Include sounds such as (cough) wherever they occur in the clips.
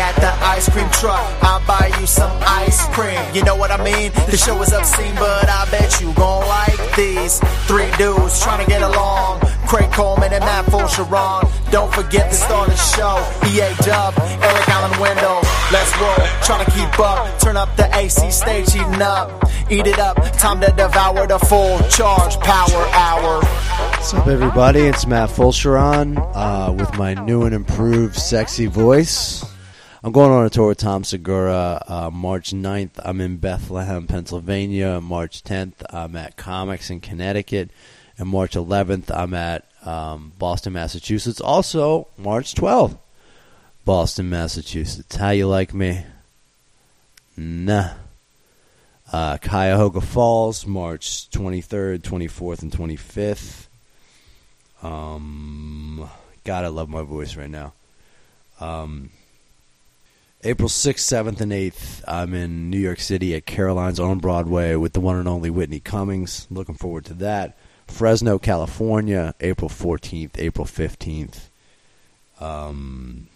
ice cream truck, I'll buy you some ice cream. You know what I mean? The show is obscene, but I bet you gon' like these three dudes trying to get along. Craig Coleman and Matt Sharon. Don't forget to start the show. EA Dub, Eric Allen Window. Let's roll, trying to keep up. Turn up the AC stage, heating up. Eat it up, time to devour the full charge power hour. What's up, everybody? It's Matt Fulcheron uh, with my new and improved sexy voice. I'm going on a tour with Tom Segura uh, March 9th. I'm in Bethlehem, Pennsylvania. March 10th, I'm at Comics in Connecticut. And March 11th, I'm at um, Boston, Massachusetts. Also, March 12th, Boston, Massachusetts. How you like me? Nah. Uh, Cuyahoga Falls, March 23rd, 24th, and 25th. Um, God, I love my voice right now. Um, April 6th, 7th, and 8th, I'm in New York City at Caroline's on Broadway with the one and only Whitney Cummings. Looking forward to that. Fresno, California, April 14th, April 15th. Um,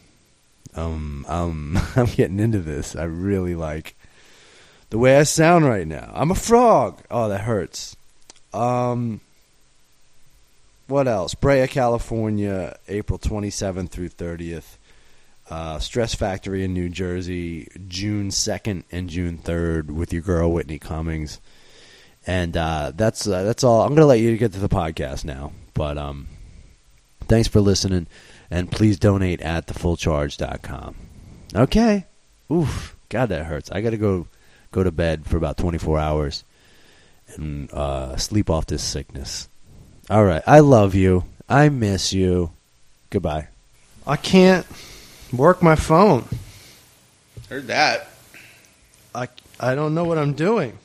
um, um, (laughs) I'm getting into this. I really like the way I sound right now. I'm a frog. Oh, that hurts. Um, what else? Brea, California, April 27th through 30th. Uh, Stress Factory in New Jersey, June 2nd and June 3rd with your girl Whitney Cummings. And uh, that's uh, that's all. I'm going to let you get to the podcast now. But um, thanks for listening. And please donate at thefullcharge.com. Okay. Oof. God, that hurts. I got to go go to bed for about 24 hours and uh, sleep off this sickness. All right. I love you. I miss you. Goodbye. I can't work my phone. Heard that. I, I don't know what I'm doing.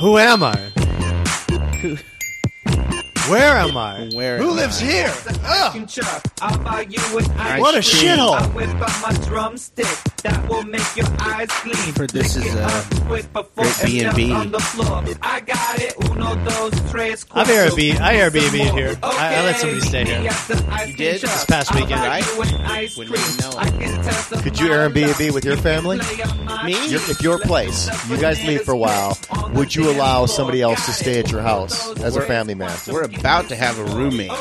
Who am I? Where am I? Where Who am lives I? here? Ugh. I'll buy you an ice What a cream. shithole. I whip out my drumstick. That will make your eyes gleam. For this Lick is, it uh, up quick before great it melts B&B. on the floor. I got it. Uno, dos, tres, I've cuatro. Airbnb- I Airbnb'd Some more. here. I- I let somebody stay here. You did? This past weekend, right? Wouldn't even know know. Could you Airbnb with your family? Me? Your, if your place, you guys leave for a while, would you allow somebody else to stay at your house as a family man? We're about to have a roommate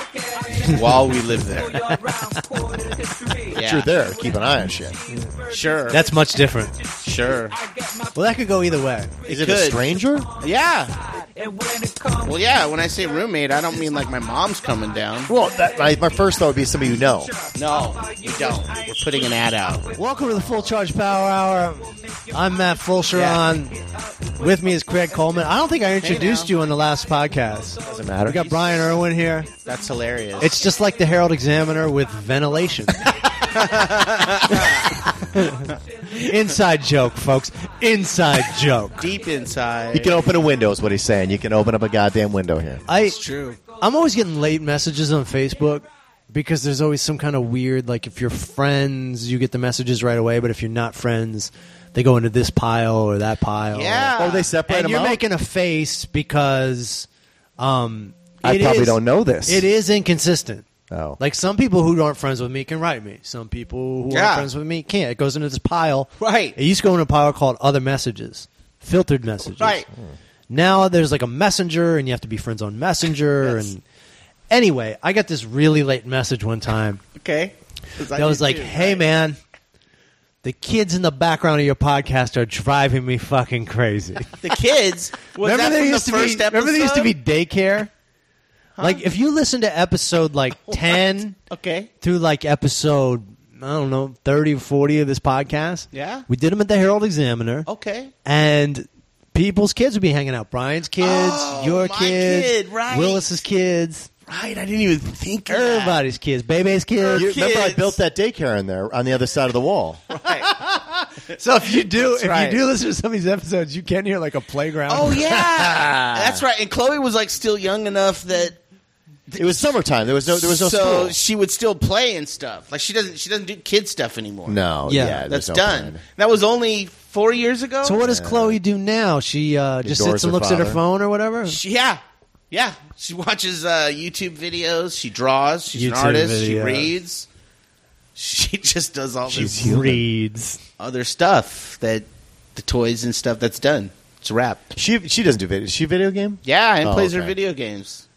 while we live there. Yeah. You're there, keep an eye on shit. Sure. That's much different. sure. Well, that could go either way. Is it a stranger? Yeah. Well, yeah. When I say roommate, I don't mean like my mom's coming down. Well, that, my, my first thought would be somebody you know. No, we don't. We're putting an ad out. Welcome to the Full Charge Power Hour. I'm Matt Fulcheron. With me is Craig Coleman. I don't think I introduced now. you on the last podcast. Doesn't matter. We got Brian Irwin here. That's hilarious. It's just like the Herald Examiner with ventilation. Inside joke, folks. Inside joke. deep you inside. can open a window, is what he's saying. You can open up a goddamn window here. I, true. I'm always getting late messages on Facebook because there's always some kind of weird like if you're friends you get the messages right away, but if you're not friends, they go into this pile or that pile. Yeah. Oh, they separate and them you're out? making a face because um, I it probably is- don't know this. It is inconsistent. Oh. Like some people who aren't friends with me can write me. Some people who Yeah. aren't friends with me can't. It goes into this pile. Right. It used to go in a pile called other messages, filtered messages. Right. Now there's like a messenger, and you have to be friends on messenger. And anyway, I got this really late message one (laughs) time Okay. that was like, "Hey, man." The kids in the background of your podcast are driving me fucking crazy. (laughs) The kids. Was that there from used the to be- first episode? Remember there used to be daycare? Like if you listen to episode like (laughs) 10 Okay. through like episode I don't know 30 or 40 of this podcast. Yeah. Oh. We did them at the Herald Examiner. Okay. And people's kids would be hanging out. Brian's kids, Oh, your my kids, kid, right. Willis's kids, Right. I didn't even think of that. everybody's kids, Bebe's kids. You, remember, I kids. built that daycare in there on the other side of the wall. so if you do if right. you do listen to some of these episodes, you can hear like a playground. Oh yeah, that's right. And Chloe was like still young enough that It was summertime. There was no. There was no. so school. she would still play and stuff. Like she doesn't she doesn't do kid stuff anymore. No. Yeah. Yeah. that's there's no done. plan. That was only four years ago. So what does Chloe do now? She uh, just Adores sits and her looks at her father. phone or whatever. She, yeah, yeah. She watches uh, YouTube videos. She draws. She's YouTube an artist. She videos. reads. She (laughs) just does all this She reads. other stuff that the toys and stuff that's done. It's wrapped. She she doesn't do video. Is she a video game? Yeah, and Oh, plays her okay. video games.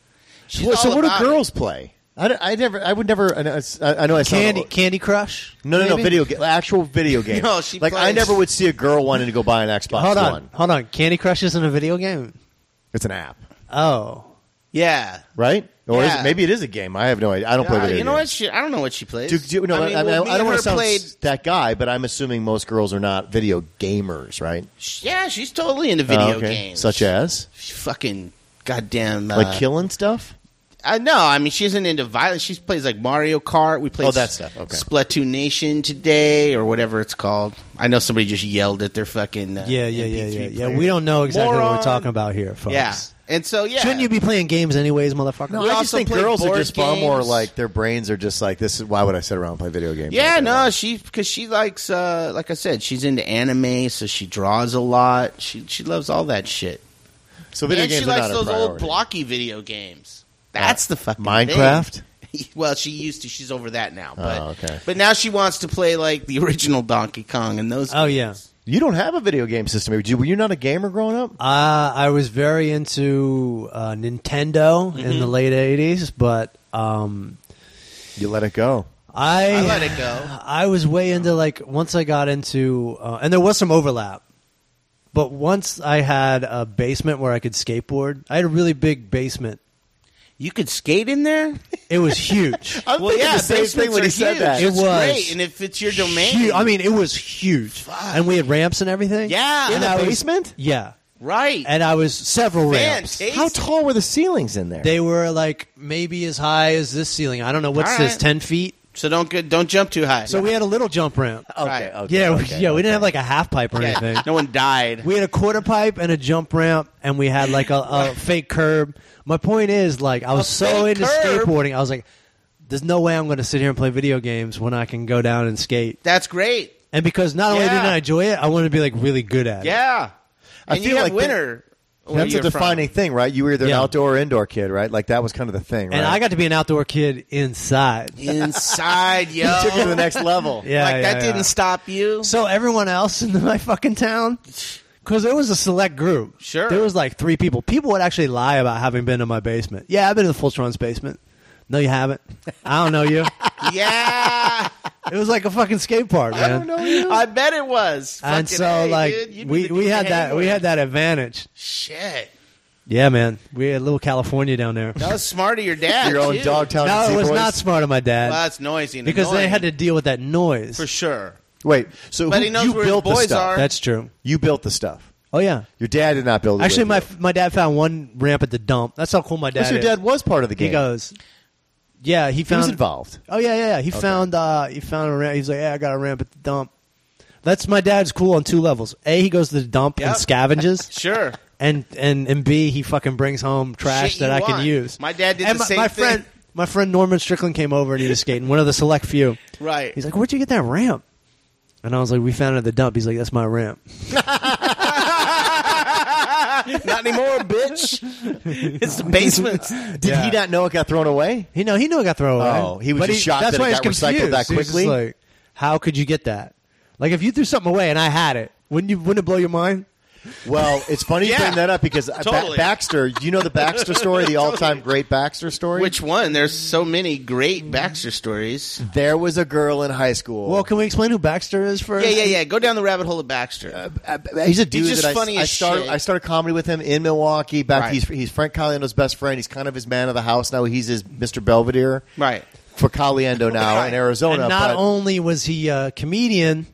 She's What- so all what do about it. girls play? I, d- I never. I would never. I know, it's- I I know I sound Candy old. Candy Crush. No, no, no. maybe? Video game. (laughs) Actual video game. No, she like I plays- never would see a girl wanting to go buy an Xbox Hold on, One. hold on. Candy Crush isn't a video game. It's an app, Oh, Yeah. right? Or is Yeah. it, maybe it is a game. I have no idea. I don't play Uh, video. you know what? games. She, I don't know what she plays. Do, do, no, I, I, well, mean, me I, I and don't want her to sound played- s- that guy, but I'm assuming most girls are not video gamers, right? Yeah, she's totally into video Oh, okay. games. such as She fucking goddamn. Uh, like killing stuff. I no, I mean she isn't into violence. She plays like Mario Kart. We played Oh, that S- stuff. Okay. Splatoon Nation today or whatever it's called. I know somebody just yelled at their fucking uh, yeah, yeah, yeah, yeah, MP3 yeah. player. We don't know exactly what Moron. we're talking about here, folks. Yeah, and so yeah, Shouldn't you be playing games anyways, motherfucker? We I just also think played girls are board just far more games. like their brains are just like this. Is why would I sit around and play video games? Yeah, Like that? no, she because she likes, uh, like I said, she's into anime, so she draws a lot. She she loves all that shit, So video and games she are likes not a those old priority. Uh, blocky video games. That's the fucking thing. Minecraft? (laughs) well, she used to. She's over that now, but Oh, okay. but now she wants to play like the original Donkey Kong and those. Oh yeah. You don't have a video game system. Were you- Were you not a gamer growing up? Uh, I was very into uh, Nintendo in the late '80s, but um, You let it go. I, I let it go. I was way into like once I got into, uh, and there was some overlap. But once I had a basement where I could skateboard, I had a really big basement. You could skate in there. It was (laughs) huge. I'm thinking the same thing when he said that. It It was was great, and if it's your domain, Huge. I mean, it was huge, and we had ramps and everything. Yeah. In and the I was- basement? yeah, right? and I was several ramps. Fantastic. How tall were the ceilings in there? They were like maybe as high as this ceiling. I don't know what's All this right. ten feet. So don't go, don't jump too high. So we had a little jump ramp. Right. yeah, we- okay, yeah. We okay. didn't have like a half pipe or anything. (laughs) no one died. We had a quarter pipe and a jump ramp, and we had like a, (laughs) a fake curb. My point is, like, I was A so fake into curb? skateboarding, I was like, "There's no way I'm going to sit here and play video games when I can go down and skate." That's great. And because not only Yeah. did I enjoy it, I wanted to be like really good at it. Yeah, I and feel you have like winter. where That's a you're from. defining thing, right? You were either Yeah. an outdoor or indoor kid, right? Like that was kind of the thing, right? And I got to be an outdoor kid inside. inside, yo. (laughs) You took it to the next level. Yeah, like yeah, that yeah. didn't stop you. So everyone else in (laughs) my fucking town, because it was a select group. Sure. there was like three people. People would actually lie about having been in my basement. Yeah, I've been in the Fultron's basement. No, you haven't. I don't know (laughs) you. yeah, it was like a fucking skate park, man. I bet it was. and Fucking so A, like dude. You we need to we do had the that we hangover. had that advantage. shit. Yeah, man, we had little California down there. That was smart of your dad. Your own too. Dogtown. No, it Sea was Boys. not smart of my dad Well, that's noisy and because they annoying, had to deal with that noise. for sure. Wait, so But who- he knows you where his built the boys stuff. are. That's true. You built the stuff. Oh yeah. Your dad did not build it. Actually, with my you. f- my dad found one ramp at the dump. That's how cool my dad Unless your is. dad was part of the game. he goes, yeah, he He found. was involved. (laughs) Oh yeah, yeah, yeah. He found uh he found a ramp. He's like, yeah, I got a ramp at the dump. That's my dad's cool on two levels. A, he goes to the dump Yep. and (laughs) scavenges. Sure. and and and B, he fucking brings home trash Shit that you I can want. use. My dad did and the my, same my thing. friend, my friend Norman Strickland came over and he (laughs) was skating. One of the select few. Right. He's like, "Where'd you get that ramp?" And I was like, "We found it at the dump." He's like, "That's my ramp." Not anymore, bitch. it's the (laughs) basement. Did he not know it got thrown away? He know he knew it got thrown away. Oh, he was But just shocked that's that it why he's got recycled confused. that He was just quickly? like, how could you get that? Like, if you threw something away and I had it, wouldn't you? Wouldn't it blow your mind? Well, it's funny you Yeah. bring that up because uh, Ba- Totally. Baxter, do you know the Baxter story, (laughs) the all-time great Baxter story? Which one? There's so many great Baxter stories. there was a girl in high school. Well, can we explain who Baxter is first? Yeah, yeah, yeah. Go down the rabbit hole of Baxter. I- I- Uh, he's a dude just that I- funny I, as started. shit. I started comedy with him in Milwaukee. Back Right. he's he's Frank Caliendo's best friend. He's kind of his man of the house now. He's his Mr. Belvedere right. for Caliendo now Right. in Arizona. And not but only was he a comedian,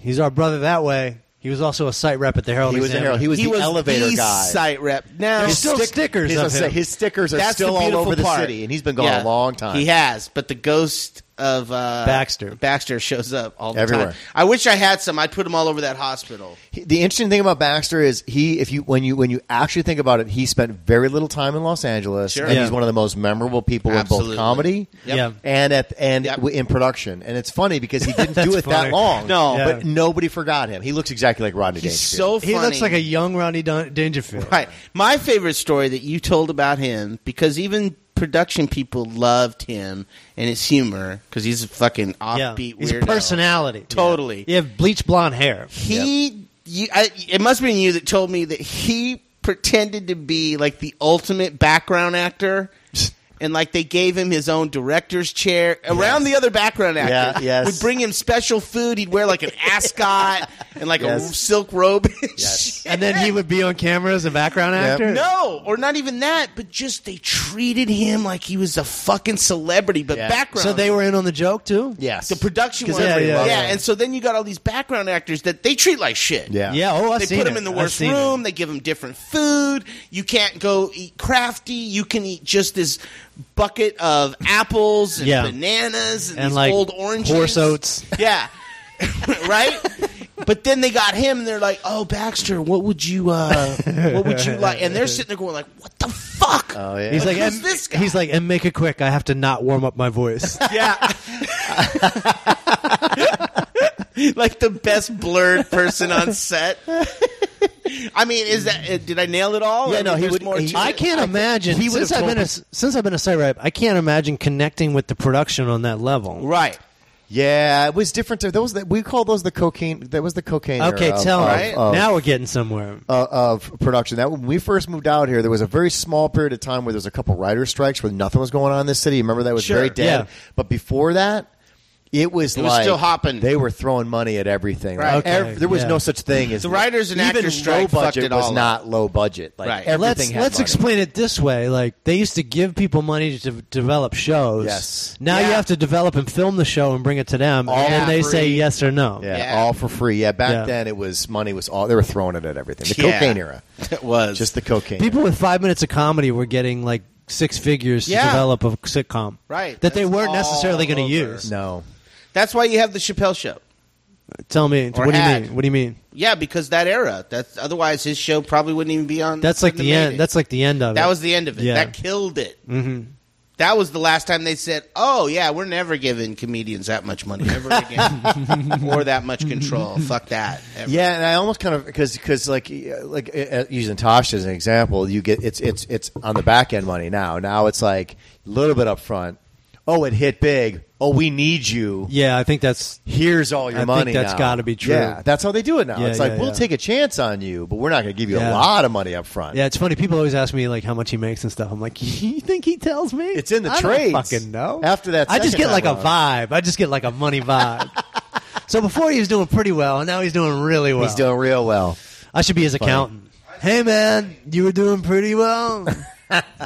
he's our brother that way. He was also a site rep at the Herald. he was in Examiner. He was he the was elevator the Uh, guy. Site rep. Now There's still stickers his, of him. his stickers are That's still the all beautiful over the part. city, and he's been gone Yeah. a long time. He has, but the ghost of uh, Baxter. Baxter shows up all the Everywhere. time. I wish I had some. I'd put them all over that hospital. He- the interesting thing about Baxter is he, if you when you when you actually think about it, he spent very little time in Los Angeles, Sure. and Yeah. he's one of the most memorable people in Absolutely. both comedy Yep. Yeah. and at and Yep. w- in production. And it's funny because he didn't do That's it funny. that long. No. Yeah. but nobody forgot him. He looks exactly like Rodney He's Dangerfield. so funny. He looks like a young Ronnie Dun- Dangerfield. right. My favorite story that you told about him because even production people loved him and his humor because he's a fucking yeah. offbeat His weirdo. personality. Totally. You have bleach blonde hair. He, you, I, it must have been you that told me that he pretended to be like the ultimate background (laughs) actor. And like they gave him his own director's chair around the other background actor. Yeah, yes. Would bring him special food. He'd wear (laughs) like an ascot and like a Yes. silk robe. and Yes. shit. And then he would be on camera as a background actor. No, or not even that, but just they treated him like he was a fucking celebrity, but Yeah. background. So they were in on the joke too. Yes. the production was 'Cause everybody yeah, loved him. and so then you got all these background actors that they treat like shit. Yeah. Yeah. Oh, I've they seen put him it. in the I've worst seen it. room. They give him different food. You can't go eat crafty. You can eat just this bucket of apples and Yeah. bananas and, And these like old oranges, horse (laughs) oats. Yeah, right. But then they got him, and they're like, "Oh, Baxter, what would you, uh, what would you like?" And they're sitting there going, "Like, what the fuck?" Oh yeah. He's like, Who's and, this guy? he's like, and make it quick. I have to not warm up my (laughs) voice. Yeah. like the best blurred person on set. I mean, is that uh, did I nail it all? Yeah, I mean, no, he there's would- more he- to I it. can't imagine. he would since have I've told been a, since I've been a site rep, I can't imagine connecting with the production on that level. Right. yeah, it was different. To, those that we call those the cocaine. That was the cocaine. era Okay, of- tell of, me. of- now we're getting somewhere. uh, of production. That when we first moved out here, there was a very small period of time where there was a couple writer strikes where nothing was going on in this city. Remember that was Sure, very dead. yeah. But before that, it was It was like still hopping. They were throwing money at everything. Right. Like, ev- Okay, there was yeah. no such thing as The writers and even actors strike Low fucked budget it was all up. not low budget. Like Right. everything let's had let's money. explain it this way like they used to give people money to de- develop shows Yes. now you Yeah. have to develop and film the show and bring it to them All and then they free. say yes or no Yeah, Yeah. all for free. Yeah, back Yeah. then it was money was all they were throwing it at everything. The Yeah. cocaine era, It was just the cocaine. people with five minutes of comedy were getting like six figures Yeah. to develop a sitcom Right. that they That's weren't necessarily all going to over. use no, That's why you have the Chappelle show. tell me Or what do you had. mean what do you mean Yeah, because that era. That's otherwise his show probably wouldn't even be on. that's like wouldn't the have made end it. that's like the end of it that was the end of it. Yeah. That killed it. Mm-hmm. That was the last time they said, "Oh yeah, we're never giving comedians that much money ever (laughs) again, or that much control. Fuck that." ever." Yeah, and I almost kind of because because like uh, like uh, using Tosh as an example, you get it's it's it's on the back end money now. Now it's like a little bit up front. Oh, it hit big. Oh, we need you. yeah i think that's Here's all your I think money. that's now. gotta be true. Yeah, that's how they do it now. Yeah, it's like yeah, we'll yeah. take a chance on you, but we're not going to give you a Yeah. lot of money up front. yeah, it's funny. People always ask me like how much he makes and stuff. I'm like, (laughs) you think he tells me? It's in the I don't trades. fucking know. After that I just second get like time a vibe. I just get like a money (laughs) vibe. so before he was doing pretty well, and now he's doing really well. he's doing real well. I should be his accountant. Hey man, you were doing pretty (laughs) well.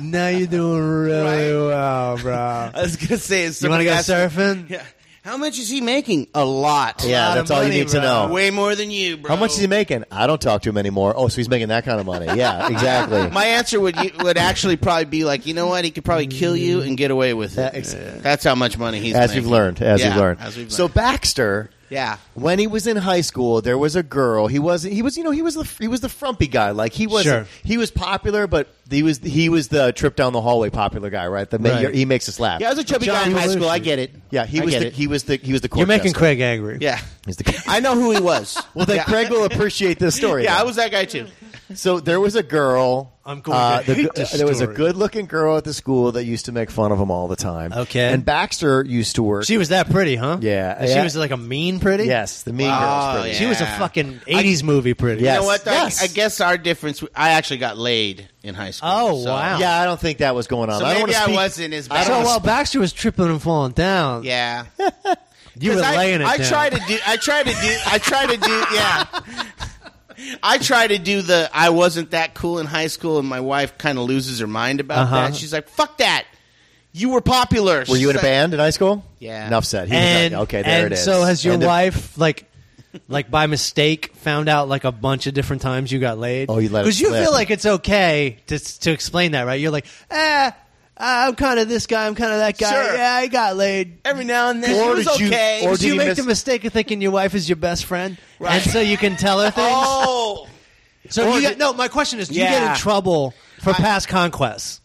now you're doing really well, (laughs) bro. I was gonna say, it's You want to go asked- surfing? Yeah. How much is he making? A lot. Uh, Yeah, lot that's of all money, you need bro. to know. Way more than you, bro. How much is he making? I don't talk to him anymore. Oh, so he's making that kind of money. (laughs) Yeah, exactly. My answer would would actually probably be like, you know what? He could probably kill you and get away with Yeah, it. ex- That's how much money he's as making. we've learned, as Yeah, we've learned. As we've learned. So Baxter, yeah, when he was in high school, there was a girl. He was he was you know he was the he was the frumpy guy. Like he was Sure. he was popular, but he was he was the trip down the hallway popular guy, right? The Right. he makes us laugh. yeah. I was a chubby guy in high school. I get it. Yeah, he I was get the, it. he was the he was the court You're making jester. Craig angry. yeah. He's the- (laughs) I know who he was. well, then yeah. Craig will appreciate this story. (laughs) Yeah, then. I was that guy too. So there was a girl. uh, I'm going to the, hate go- this There was a story. good-looking girl at the school that used to make fun of him all the time. Okay. and Baxter used to work. She was that pretty, huh? Yeah, And She yeah. was like a mean pretty. yes, the mean Wow, girl's pretty. She was a Oh, Yeah. fucking '80s movie pretty. Yes. You know what? though? Yes. I, I guess our difference. I actually got laid in high school. Oh, so- wow. Yeah, I don't think that was going on. So I don't maybe wanna I speak- wasn't as bad. I don't So wanna while Baxter was tripping and falling down, (laughs) Yeah. you were 'Cause I, laying it I down. try to do. I try to do. I try to do. Yeah. I try to do the. I wasn't that cool in high school, and my wife kind of loses her mind about Uh-huh. that. She's like, "Fuck that! You were popular." Were you in a She's like- band in high school? Yeah. Enough said. He was and like, okay, there and it is. So has your End of- wife like like by mistake found out like a bunch of different times you got laid? Oh, you let it because you slip. feel like it's okay to to explain that, right? You're like, ah, I'm kind of this guy, I'm kind of that guy. Sure. Yeah, I got laid. Every now and then, Or it was did you- okay. or Did did you he make miss- the mistake of thinking your wife is your best friend, Right. and so you can tell her things? oh, so or you did- get, no. My question is, do you Yeah. get in trouble for past conquests?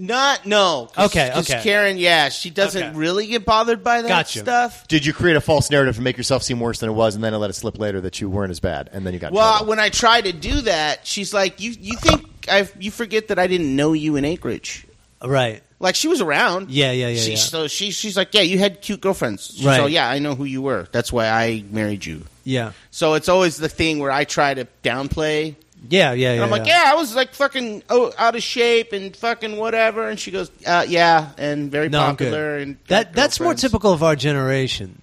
not no. 'Cause- Okay, 'cause okay. Karen, yeah, she doesn't Okay. really get bothered by that Gotcha. stuff. Did you create a false narrative to make yourself seem worse than it was, and then let it slip later that you weren't as bad, and then you got in Well, trouble? when I try to do that, she's like, "You you think I you forget that I didn't know you in Anchorage." Right. Like she was around. Yeah, yeah, yeah, She, yeah. So she she's like, yeah, you had cute girlfriends. So Right. yeah, I know who you were. That's why I married you. Yeah. So it's always the thing where I try to downplay. Yeah, yeah, And yeah. I'm like, yeah, I was like fucking oh, out of shape and fucking whatever. And she goes, uh, yeah, and very No, I'm good. popular. And got that that's more girlfriends." typical of our generation.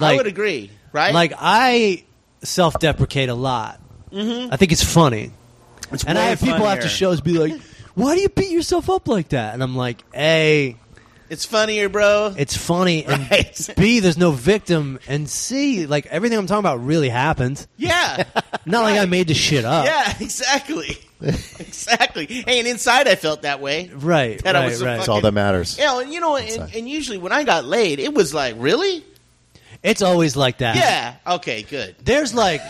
I would agree, right? Like I self-deprecate a lot. Mm-hmm. I think it's funny, It's and I way have people after funnier. shows be like, "Why do you beat yourself up like that?" And I'm like, "A, It's funnier, (laughs) bro. it's funny, and Right. B, there's no victim, and C, like everything I'm talking about really happened. yeah, Not like I made the shit up. yeah, (laughs) (laughs) exactly, exactly. Hey, and inside I felt that way. Right. That I right. was a right. That's all that matters. Yeah, and you know, and, and usually when I got laid, it was like, really? It's always like that. Yeah. Okay. Good. There's like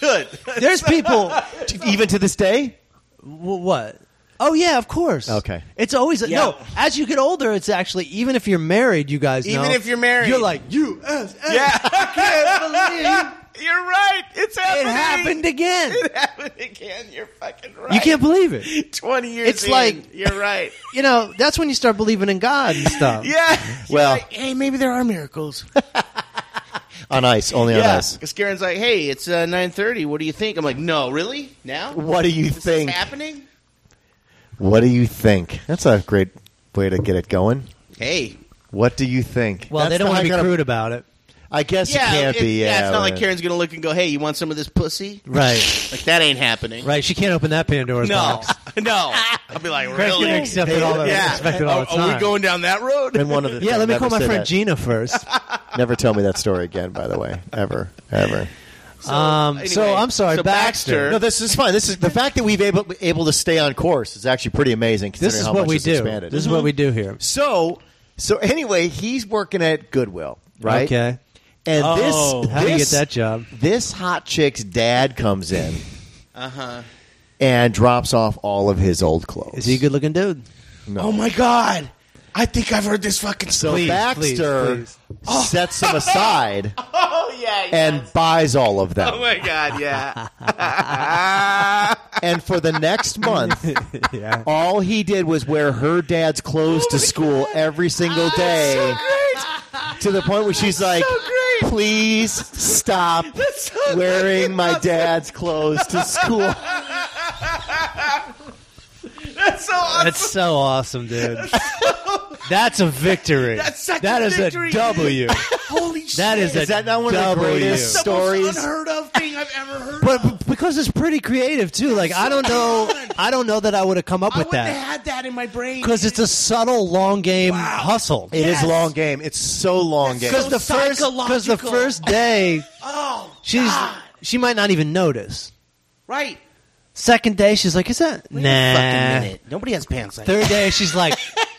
Good. there's people. (laughs) Even to this day, Wh- what? Oh yeah, of course. Okay. It's always Yeah. no. As you get older, it's actually even if you're married, you guys. Even know, if you're married. you're like you. I yeah. can't (laughs) You're right. It's believe happening. it happened again. (laughs) It happened again. You're fucking right. You can't believe it. (laughs) Twenty years. It's like- in, you're (laughs) right. You know that's when you start believing in God and stuff. (laughs) Yeah. You're Well- like, hey, maybe there are miracles. on ice, only on yeah. ice. Because Karen's like, hey, it's uh, nine thirty. What do you think? I'm like, no, really? Now? What do you This is think? happening? What do you think? That's a great way to get it going. Hey. What do you think? Well, they That's don't how want to I be gotta- crude about (laughs) it, I guess it can't it- be. Yeah, uh, It's not like right. Karen's gonna look and go, hey, you want some of this pussy? right? Like that ain't happening. Right? She can't open that Pandora's No. box. (laughs) no. I'll be like, Greg's really? gonna accept it all. Yeah. Respect it all are, the time. are we going down that road? (laughs) And one of (laughs) the yeah, let me never call my say friend that. Gina (laughs) first. Never tell me that story again. By the way, ever, ever. um, so anyway, I'm sorry, so Baxter. Baxter- No, this is fine. This is the fact that we've able able to stay on course is actually pretty amazing. Considering This is how what much we it's do. Expanded. This is what we do here. So so anyway, he's working at Goodwill, right? Okay. And Oh, this how do you get this- that job? This hot chick's dad comes in. (laughs) Uh huh. Uh-huh. And drops off all of his old clothes. Is he a good-looking dude? Oh my god. I think I've heard this fucking So Please, Baxter please, sets them aside Oh yeah. yeah. and buys all of (laughs) them. Oh my god, yeah. and for (laughs) the next month, all he did was wear her dad's clothes Oh to school every single day. To the point where she's like, great. please stop (laughs) That's so wearing my dad's clothes to school. That's so awesome. That's so awesome, dude. That's a victory. That's such That a is victory. W. Holy shit. That is a Is that not one of the W. greatest the most stories? unheard of thing I've ever heard. But but because it's pretty creative too. Like I don't know, I don't know that I would have come up I with wouldn't have that had that in my brain. because it's a subtle long game hustle. It is Yes. long game. It's so long game. Because so the first because the psychological. first day (laughs) Oh, she's she might not even notice. right. Second day she's like, is that Wait a fucking nah? minute. Nobody has pants like that. Third day she's like,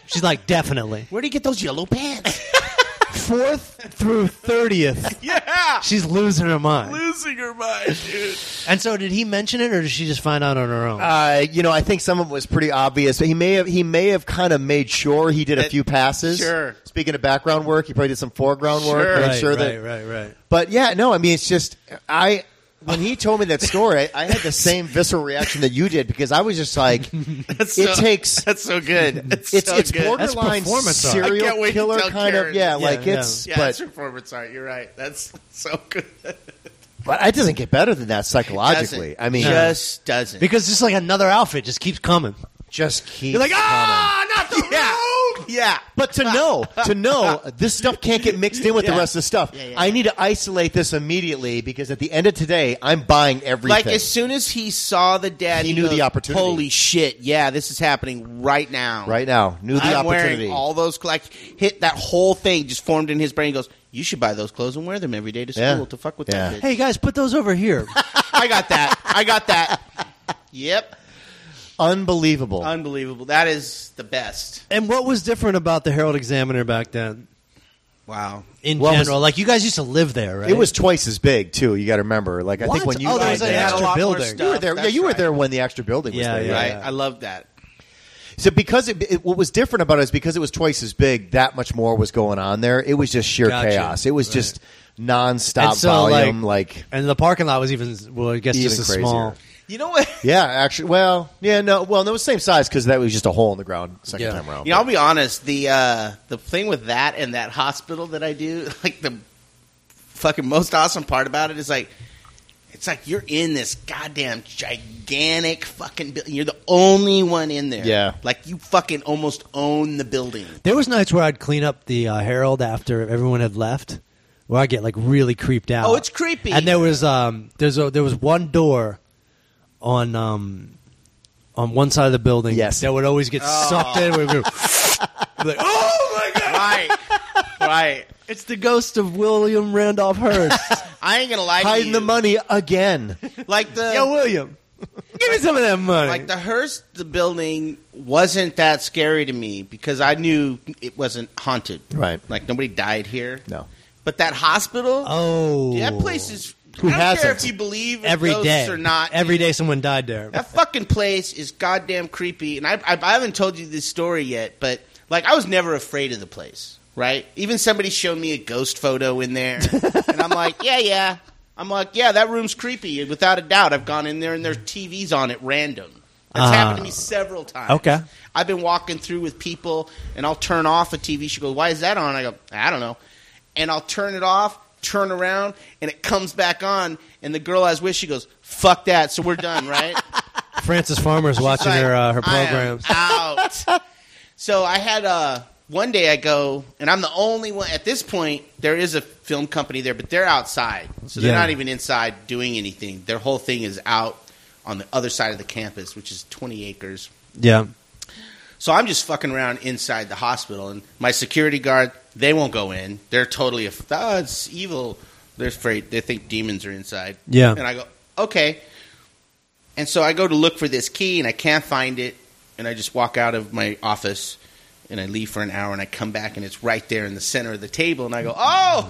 she's like definitely. (laughs) Where do you get those yellow pants? Fourth through thirtieth, yeah. she's losing her mind. (laughs) Losing her mind, dude. And so, did he mention it, or did she just find out on her own? Uh, you know, I think some of it was pretty obvious. He may have he may have kind of made sure he did a That- few passes. sure. Speaking of background work, he probably did some foreground work. Sure. made right, sure that. right, right, right. But yeah, no, I mean, it's just I when he told me that story, I, (laughs) I had the same visceral reaction that you did because I was just like, That's It takes- (laughs) That's so good. That's it's so it's good. That's borderline performance art. I serial can't wait to killer tell kind of Karen. yeah, Yeah, like yeah. it's yeah, but it's performance art. You're right. That's (laughs) so good. but it doesn't get better than that psychologically. I mean, just doesn't. Because it's just like another outfit just keeps coming. just keep You're like, ah, not the road. (laughs) Yeah, But to know, to (laughs) know this stuff can't get mixed in with the Yeah. rest of the stuff. Yeah, yeah, I need to isolate this immediately because at the end of today, I'm buying everything. like as soon as he saw the dad, He knew goes, the opportunity. Holy shit! Yeah, this is happening right now. right now, knew the I'm opportunity. wearing all those like hit that whole thing just formed in his brain. He goes, you should buy those clothes and wear them every day to school Yeah. to fuck with Yeah. that. Bitch. Hey guys, put those over here. (laughs) (laughs) I got that. I got that. Yep, Unbelievable. unbelievable. That is the best. and what was different about the Herald Examiner back then? Wow. In What was- general, like you guys used to live there, right? It was twice as big too. You got to remember. Like I What? think when you Oh, there were was an They had a extra lot more building. stuff. You were there. Yeah, That's you were right. there when the extra building was Yeah, there. yeah. right? Right. I love that. So because it, it, what was different about it is because it was twice as big, that much more was going on there. It was just sheer Gotcha. chaos. It was Right. just nonstop And so, volume. Like, and the parking lot was even well, I guess Even just as crazier. small. You know what? Yeah, actually, well, yeah, no, well, no, it was the same size because that was just a hole in the ground second Yeah. time around. You know, I'll be honest. The uh, the thing with that and that hospital that I do, (laughs) like the fucking most awesome part about it is like, it's like you're in this goddamn gigantic fucking building. You're the only one in there. Yeah. like you fucking almost own the building. There was nights where I'd clean up the uh, Herald after everyone had left, where I get like really creeped out. Oh, it's creepy. And there was um, there's a, there was one door on um, on one side of the building. Yes. that would always get Oh. sucked in. (laughs) We'd be like, oh my god, right, right. it's the ghost of William Randolph (laughs) Hearst I ain't gonna lie. to Hiding you. the money again. like the Yo, William, give me some of that money. like the Hearst the building wasn't that scary to me because I knew it wasn't haunted. Right. Like nobody died here. (laughs) No. But that hospital, oh, that place is. Who I don't care hasn't? if you believe in every ghosts day or not. Every day someone died (laughs) there. that fucking place is goddamn creepy. And I, I, I haven't told you this story yet, but like I was never afraid of the place. Right? Even somebody showed me a ghost photo (laughs) in there, and I'm like, yeah, yeah. I'm like, yeah, that room's creepy. Without a doubt, I've gone in there and there's TVs on at random. That's Ah. happened to me several times. Okay. I've been walking through with people, and I'll turn off a TV. She goes, "Why is that on?" I go, "I don't know." And I'll turn it off, turn around, and it comes back on. And the girl I was with, she goes, "Fuck that!" So we're done, right? Frances Farmer's watching Like, her uh, her I am programs. (laughs) out. so I had uh, one day I go, and I'm the only one at this point. There is a film company there, but they're outside, so they're Yeah. not even inside doing anything. Their whole thing is out on the other side of the campus, which is 20 acres. Yeah. So I'm just fucking around inside the hospital, and my security guard, they won't go in. They're totally, af- oh, it's evil. They're afraid. They think demons are inside. Yeah. (laughs) And I go, okay. And so I go to look for this key, and I can't find it. And I just walk out of my office, and I leave for an hour, and I come back, and it's right there in the center of the table. And I go, oh,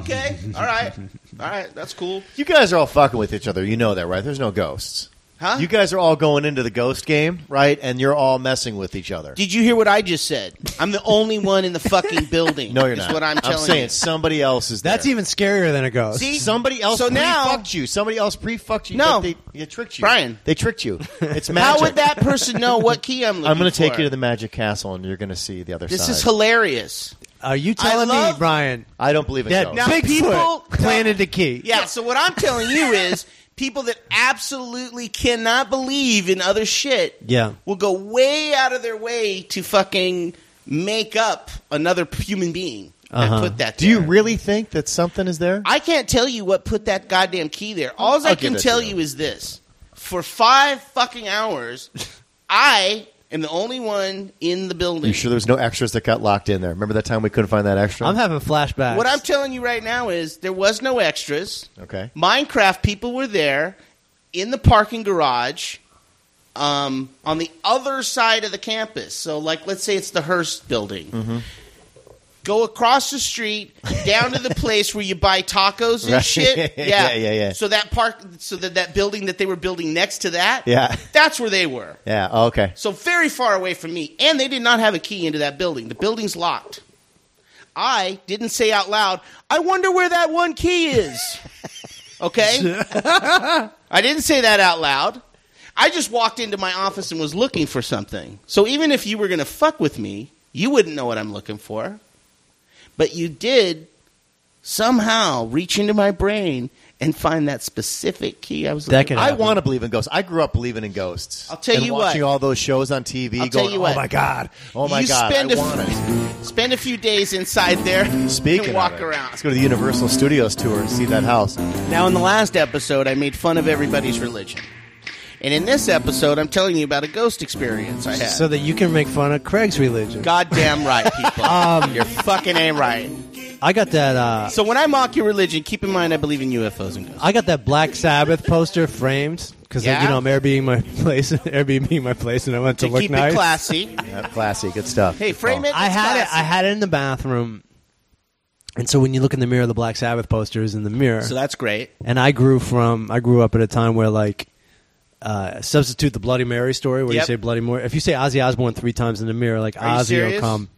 okay, all right, all right, that's cool. You guys are all fucking with each other. You know that, right? There's no ghosts. Huh? You guys are all going into the ghost game, right? And you're all messing with each other. Did you hear what I just said? I'm the only one in the fucking (laughs) building. No, you're is not. What I'm telling saying you. somebody else is. That's there. even scarier than it goes. See? somebody else. So now- pre-fucked you. Somebody else pre-fucked you. No. but they, they tricked you, Brian. They (laughs) tricked you. It's magic. How would that person know what key (laughs) I'm looking I'm going for? to take you to the magic castle, and you're going to see the other This side. is hilarious. Are you telling love- me, Brian, I don't believe it. that Bigfoot people- planted the key? Yeah, so what I'm telling you is people that absolutely cannot believe in other shit Yeah. will go way out of their way to fucking make up another p- human being Uh-huh. and put that Do you there. really think that something is there? I can't tell you what put that goddamn key there. All I I'll can give it tell to you. you is this. For five fucking (laughs) hours, I am the only one in the building. you sure there's no extras that got locked in there? Remember that time we couldn't find that extra? I'm having flashbacks. What I'm telling you right now is there was no extras. okay. Minecraft people were there in the parking garage um, on the other side of the campus. So, like, let's say it's the Hearst building. Mm-hmm. Go across the street down (laughs) to the place where you buy tacos and Right. shit. Yeah. (laughs) Yeah, yeah, yeah. So that park, so that that building that they were building next to that, Yeah. (laughs) that's where they were. Yeah. Oh, okay. So very far away from me, and they did not have a key into that building. The building's locked. I didn't say out loud, I wonder where that one key (laughs) is. Okay? I didn't say that out loud. I just walked into my office and was looking for something. So even if you were going to fuck with me, you wouldn't know what I'm looking for. But you did somehow reach into my brain and find that specific key I was That looking can for. I happen. want to believe in ghosts. I grew up believing in ghosts. I'll tell and you what. watching all those shows on TV. I'll going, tell you what. Oh my god. Oh my you god. Spend I a want it. spend a few days inside there. (laughs) Speaking and of walk it, around. Let's go to the Universal Studios tour and see that house. Now, in the last episode, I made fun of everybody's religion, and in this episode, I'm telling you about a ghost experience I had. so that you can make fun of Craig's religion. Goddamn right, (laughs) people. Um, You're fucking ain't right. I got that. Uh, So when I mock your religion, keep in mind I believe in UFOs and ghosts. I got that Black Sabbath poster framed because Yeah? you know I'm Airbnb my (laughs) place, Airbnb my place, and I went to, To look keep nice. Oh. it classy. Yeah, classy, good stuff. Hey, Good frame call. it. I it's had it. classy. I had it in the bathroom, and so when you look in the mirror, the Black Sabbath poster is in the mirror. So that's great. and I grew from I grew up at a time where like uh, substitute the Bloody Mary story where Yep. you say Bloody Mary. If you say Ozzy Osbourne three times in the mirror, like Are you Ozzy will serious? come.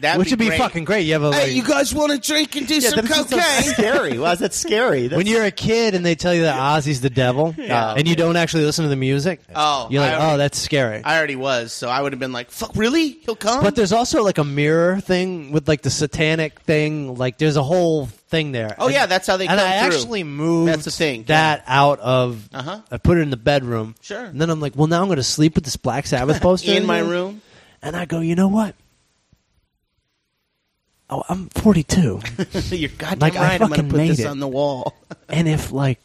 That'd which be would be great. fucking great. You have a like, Hey, you guys want to drink and do some that's just so cocaine? (laughs) scary. Why is that scary? That's when you're a kid and they tell you that Ozzy's the (laughs) devil and you don't actually listen to the music. Oh, you're like, I already- oh, that's scary. I already was, so I would have been like, "Fuck, really? He'll come." But there's also like a mirror thing with like the satanic thing. Like there's a whole thing there. Oh, And- yeah, that's how they And come I through. actually moved That's the thing, that out of. Uh-huh. I put it in the bedroom. Sure. And then I'm like, well, now I'm going to sleep with this Black (laughs) Sabbath poster in (laughs) my here. room. (laughs) And I go, you know what? Oh, I'm 42, You're goddamn Like, I right. I'm gonna fucking put made this it. on the wall. (laughs) and if like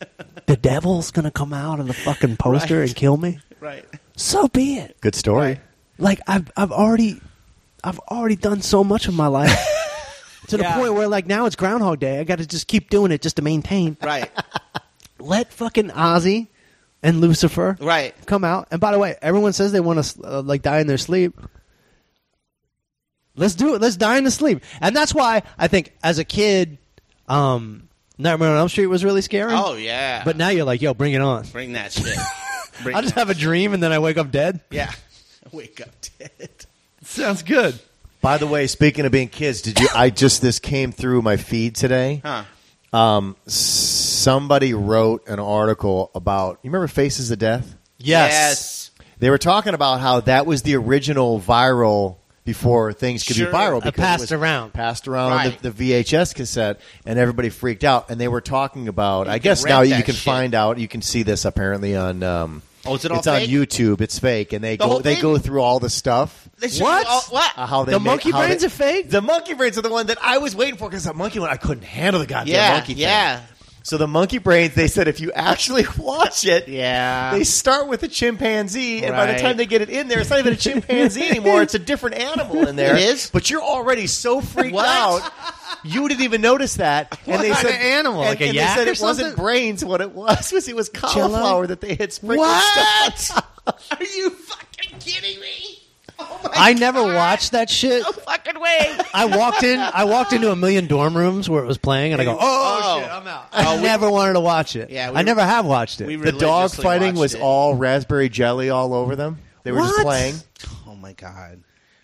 the devil's gonna come out of the fucking poster (laughs) Right. and kill me, right. so be it. good story. like I've I've already I've already done so much of my (laughs) life to the point where like now it's Groundhog Day. I got to just keep doing it just to maintain. Right. Let fucking Ozzy and Lucifer Right. come out. And by the way, everyone says they want to uh, like die in their sleep. Let's do it. Let's die in the sleep. And that's why I think as a kid, um, Nightmare on Elm Street was really scary. Oh yeah. But now you're like, yo, bring it on. bring that (laughs) shit. Bring I just that. have a dream and then I wake up dead. yeah. (laughs) Wake up dead. Sounds good. By the way, speaking of being kids, did you? I just this came through my feed today. Huh. Um, s- somebody wrote an article about. You remember Faces of Death? They were talking about how that was the original viral before things could Sure. be viral. Uh, Because passed it was around. passed around Right. on the, the VHS cassette, and everybody freaked out. And they were talking about. I could guess rent now you that can shit. find out. You can see this apparently on. Um, Oh, is it all it's on fake? YouTube. It's fake, and they The go whole they thing? go through all the stuff. They should- What? oh, what? Uh, how they The make- monkey how they- brains are fake? The monkey brains are the one that I was waiting for because the monkey one I couldn't handle the goddamn yeah. monkey. thing. Yeah. So the monkey brains, they said, if you actually (laughs) watch it, Yeah. they start with a chimpanzee, and by the Right. time they get it in there, it's not even a chimpanzee anymore. It's a different animal (laughs) in there. It is? But you're already so freaked What? out. You didn't even notice that, and they What said kind of animal? And, Like a and yak they said or it wasn't something? brains. What it was was it was cauliflower that they had sprinkled stuff on What? top. Are you fucking kidding me? Oh my I never God. watched that shit. No fucking way. (laughs) I walked in. I walked into a million dorm rooms where it was playing, and I go, "Oh, Oh. shit, I'm out." I never wanted to watch it. Yeah, we I were- never have watched it. we The dog religiously fighting watched was it. all raspberry jelly all over them. They were just What? playing. Oh my god.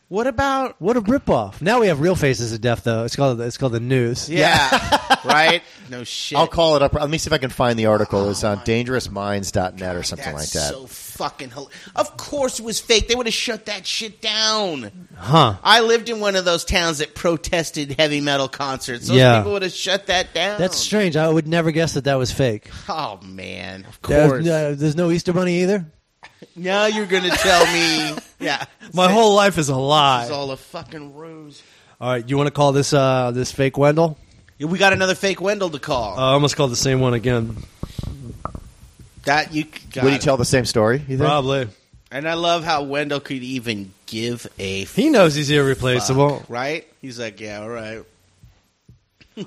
What about? what a ripoff! Now we have real faces of death, though. It's called it's called the news. (laughs) Yeah. right. No shit. I'll call it up. Let me see if I can find the article. It's on dangerousminds.net or something like That's that. so fucking. hel- Of course, it was fake. They would have shut that shit down. huh? I lived in one of those towns that protested heavy metal concerts. Those Yeah. people would have shut that down. That's strange. I would never guess that that was fake. Oh man, of course. There's, no- there's no Easter Bunny either. Now you're gonna tell (laughs) me, yeah, My whole life is a it's lie. all a fucking ruse. All right, you want to call this uh, this fake Wendell? Yeah, We got another fake Wendell to call. I almost called the same one again. that you got Would he it. tell the same story? You think? Probably. And I love how Wendell could even give a He knows he's irreplaceable. fuck, right? He's like, yeah, all right.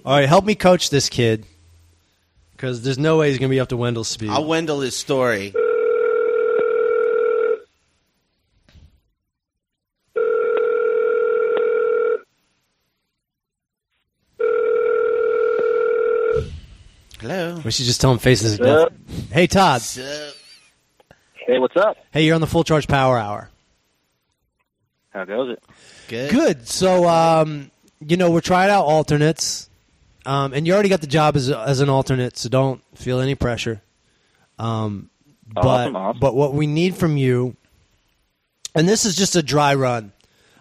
All right, help me coach this kid because there's no way he's gonna be up to Wendell's speed. I'll Wendell his story. Hello. We should just tell him faces of death. Hey Todd. What's up? Hey, what's up? Hey, you're on the full charge power hour. How goes it? Good. Good. So, um, you know, we're trying out alternates, um, and you already got the job as as an alternate, so don't feel any pressure. Um, but Awesome, awesome. but what we need from you, and this is just a dry run.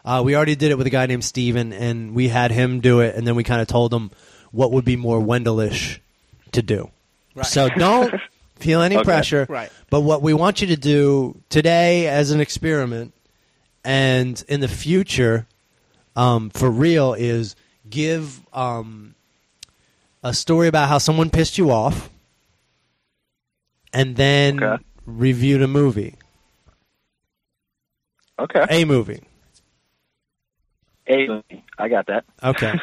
Uh, we already did it with a guy named Steven, and we had him do it, and then we kind of told him what would be more Wendellish to do. Right. So (laughs) don't feel any Okay. pressure. Right. But what we want you to do today as an experiment and in the future, um, for real, is give um, a story about how someone pissed you off and then Okay. reviewed a movie. Okay. A movie. Hey, I got that. (laughs) Okay.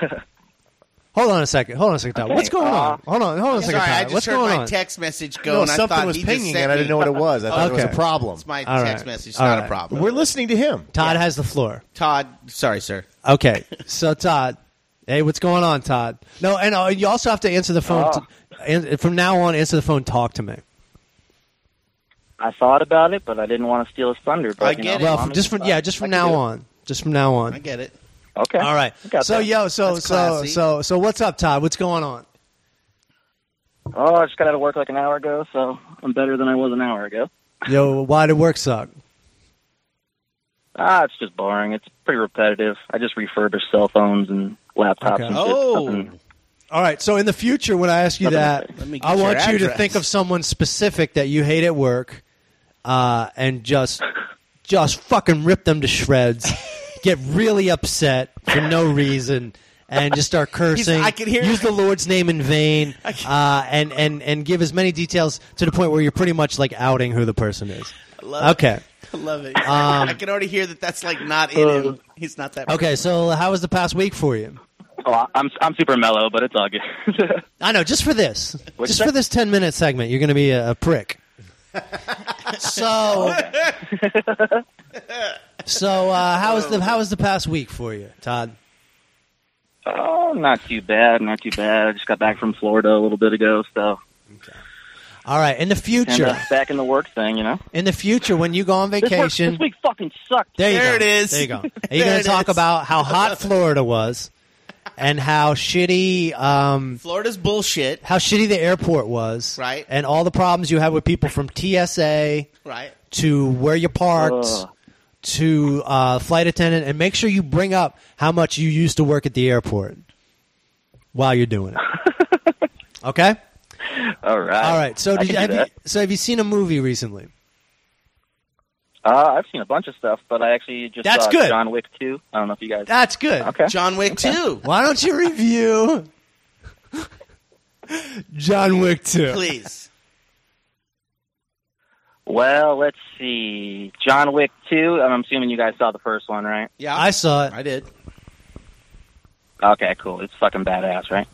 Hold on a second. Hold on a second. Todd. Okay, What's going uh, on? Hold on. Hold on a second. Sorry, I Todd. just What's heard going my on? text message go, No, and I something thought was he just pinging, sent and I me- didn't know what it was. I thought it was Okay. a problem. It's my All text right. message. It's All not a right. problem. We're listening to him. Todd has the floor. Todd. Sorry, sir. Okay, so Todd, hey, what's going on, Todd? No, and uh, you also have to answer the phone. Oh. T- and from now on, answer the phone. Talk to me. I thought about it, but I didn't want to steal his thunder. But, I you get know, it. Well, I'm f- just from uh, I- yeah, just I from can do now it. on, just from now I on. get it. Okay. All right. I got So that. yo, so That's so classy. so so what's up, Todd? What's going on? Oh, I just got out of work like an hour ago, so I'm better than I was an hour ago. Yo, why did work suck? Ah, it's just boring. It's pretty repetitive. I just refurbish cell phones and laptops Okay. and shit. Oh. Nothing- All right. So in the future, when I ask you that, Let me get I your want you to address. think of someone specific that you hate at work, uh, and just just fucking rip them to (laughs) shreds. Get really upset for no reason. And just start cursing. I can hear- Use the Lord's name in (laughs) vain, can- uh, and and and give as many details to the point where you're pretty much like outing who the person is. love okay. Um, I love it. (laughs) I can already hear that that's like not in him. He's not that. Okay. So how was the past week for you? Oh, I- I'm I'm super mellow, but it's all good. (laughs) I know, just for this, What'd just you for say? this ten minute segment, you're going to be a, a prick. so, so uh, how was the how was the past week for you, Todd? oh, not too bad, not too bad. I just got back from Florida a little bit ago, so All right, in the and future, uh, back in the work thing, you know. in the future, when you go on This, work, vacation, this week fucking sucked. there you There go, it is. There you go. (laughs) Are you There going it to talk is. about how hot Florida was and how shitty um, Florida's bullshit. how shitty the airport was, Right. And all the problems you had with people from TSA, Right. to where you parked Ugh. to uh, flight attendant and make sure you bring up how much you used to work at the airport while you're doing it (laughs) okay All right, all right so I did can you, do have you, that. so have you seen a movie recently Uh, I've seen a bunch of stuff, but I actually just That's saw good. John Wick 2. I don't know if you guys. that's good okay. John Wick too. why don't you (laughs) review john wick 2 Please. Well, let's see. John Wick 2. I'm assuming you guys saw the first one, right? Yeah. i saw it I did. Okay, cool. It's fucking badass, right?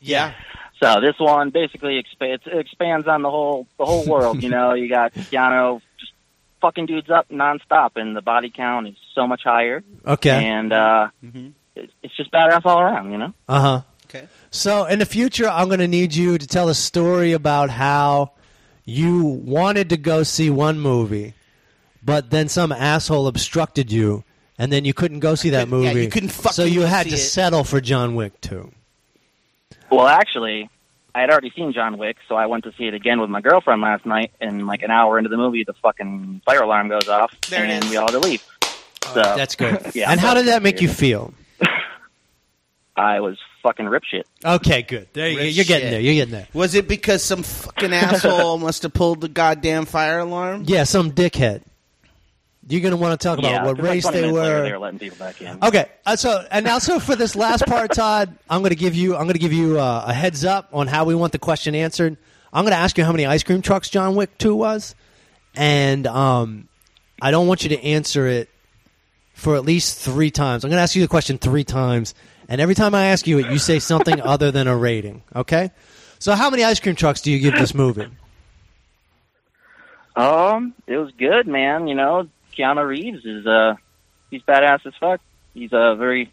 Yeah. So this one basically expands expands on the whole the whole world. you know, you got Keanu just fucking dudes up nonstop, and the body count is so much higher, okay and uh, it's, it's just badass all around. You know, uh-huh Okay. So in the future, I'm going to need you to tell a story about how you wanted to go see one movie, but then some asshole obstructed you, and then you couldn't go see that Couldn't- yeah, movie. you couldn't So fucking you go had see to it. settle for John Wick too. well, actually, I had already seen John Wick, so I went to see it again with my girlfriend last night. And like an hour into the movie, the fucking fire alarm goes off, There it and is. we all had to leave. So Uh, Oh. That's (laughs) good. Yeah. and how did that make you feel? I was fucking rip shit. Okay, good. There you, Rich you're getting shit. there. You're getting there. Was it because some (laughs) fucking asshole must have pulled the goddamn fire alarm? Yeah, some dickhead. You're going to want to talk about yeah, what 'cause, like, race 20 they minutes later, were. they were letting people back in. Okay, uh, so and also for this last part, Todd, I'm going to give you I'm going to give you uh, a heads up on how we want the question answered. I'm going to ask you how many ice cream trucks John Wick Two was, and um, I don't want you to answer it for at least three times. I'm going to ask you the question three times, and every time I ask you it, you say (laughs) something other than a rating. Okay, so how many ice cream trucks do you give this movie? Um, it was good, man. You know, Keanu Reeves is uh, he's badass as fuck. He's uh, very,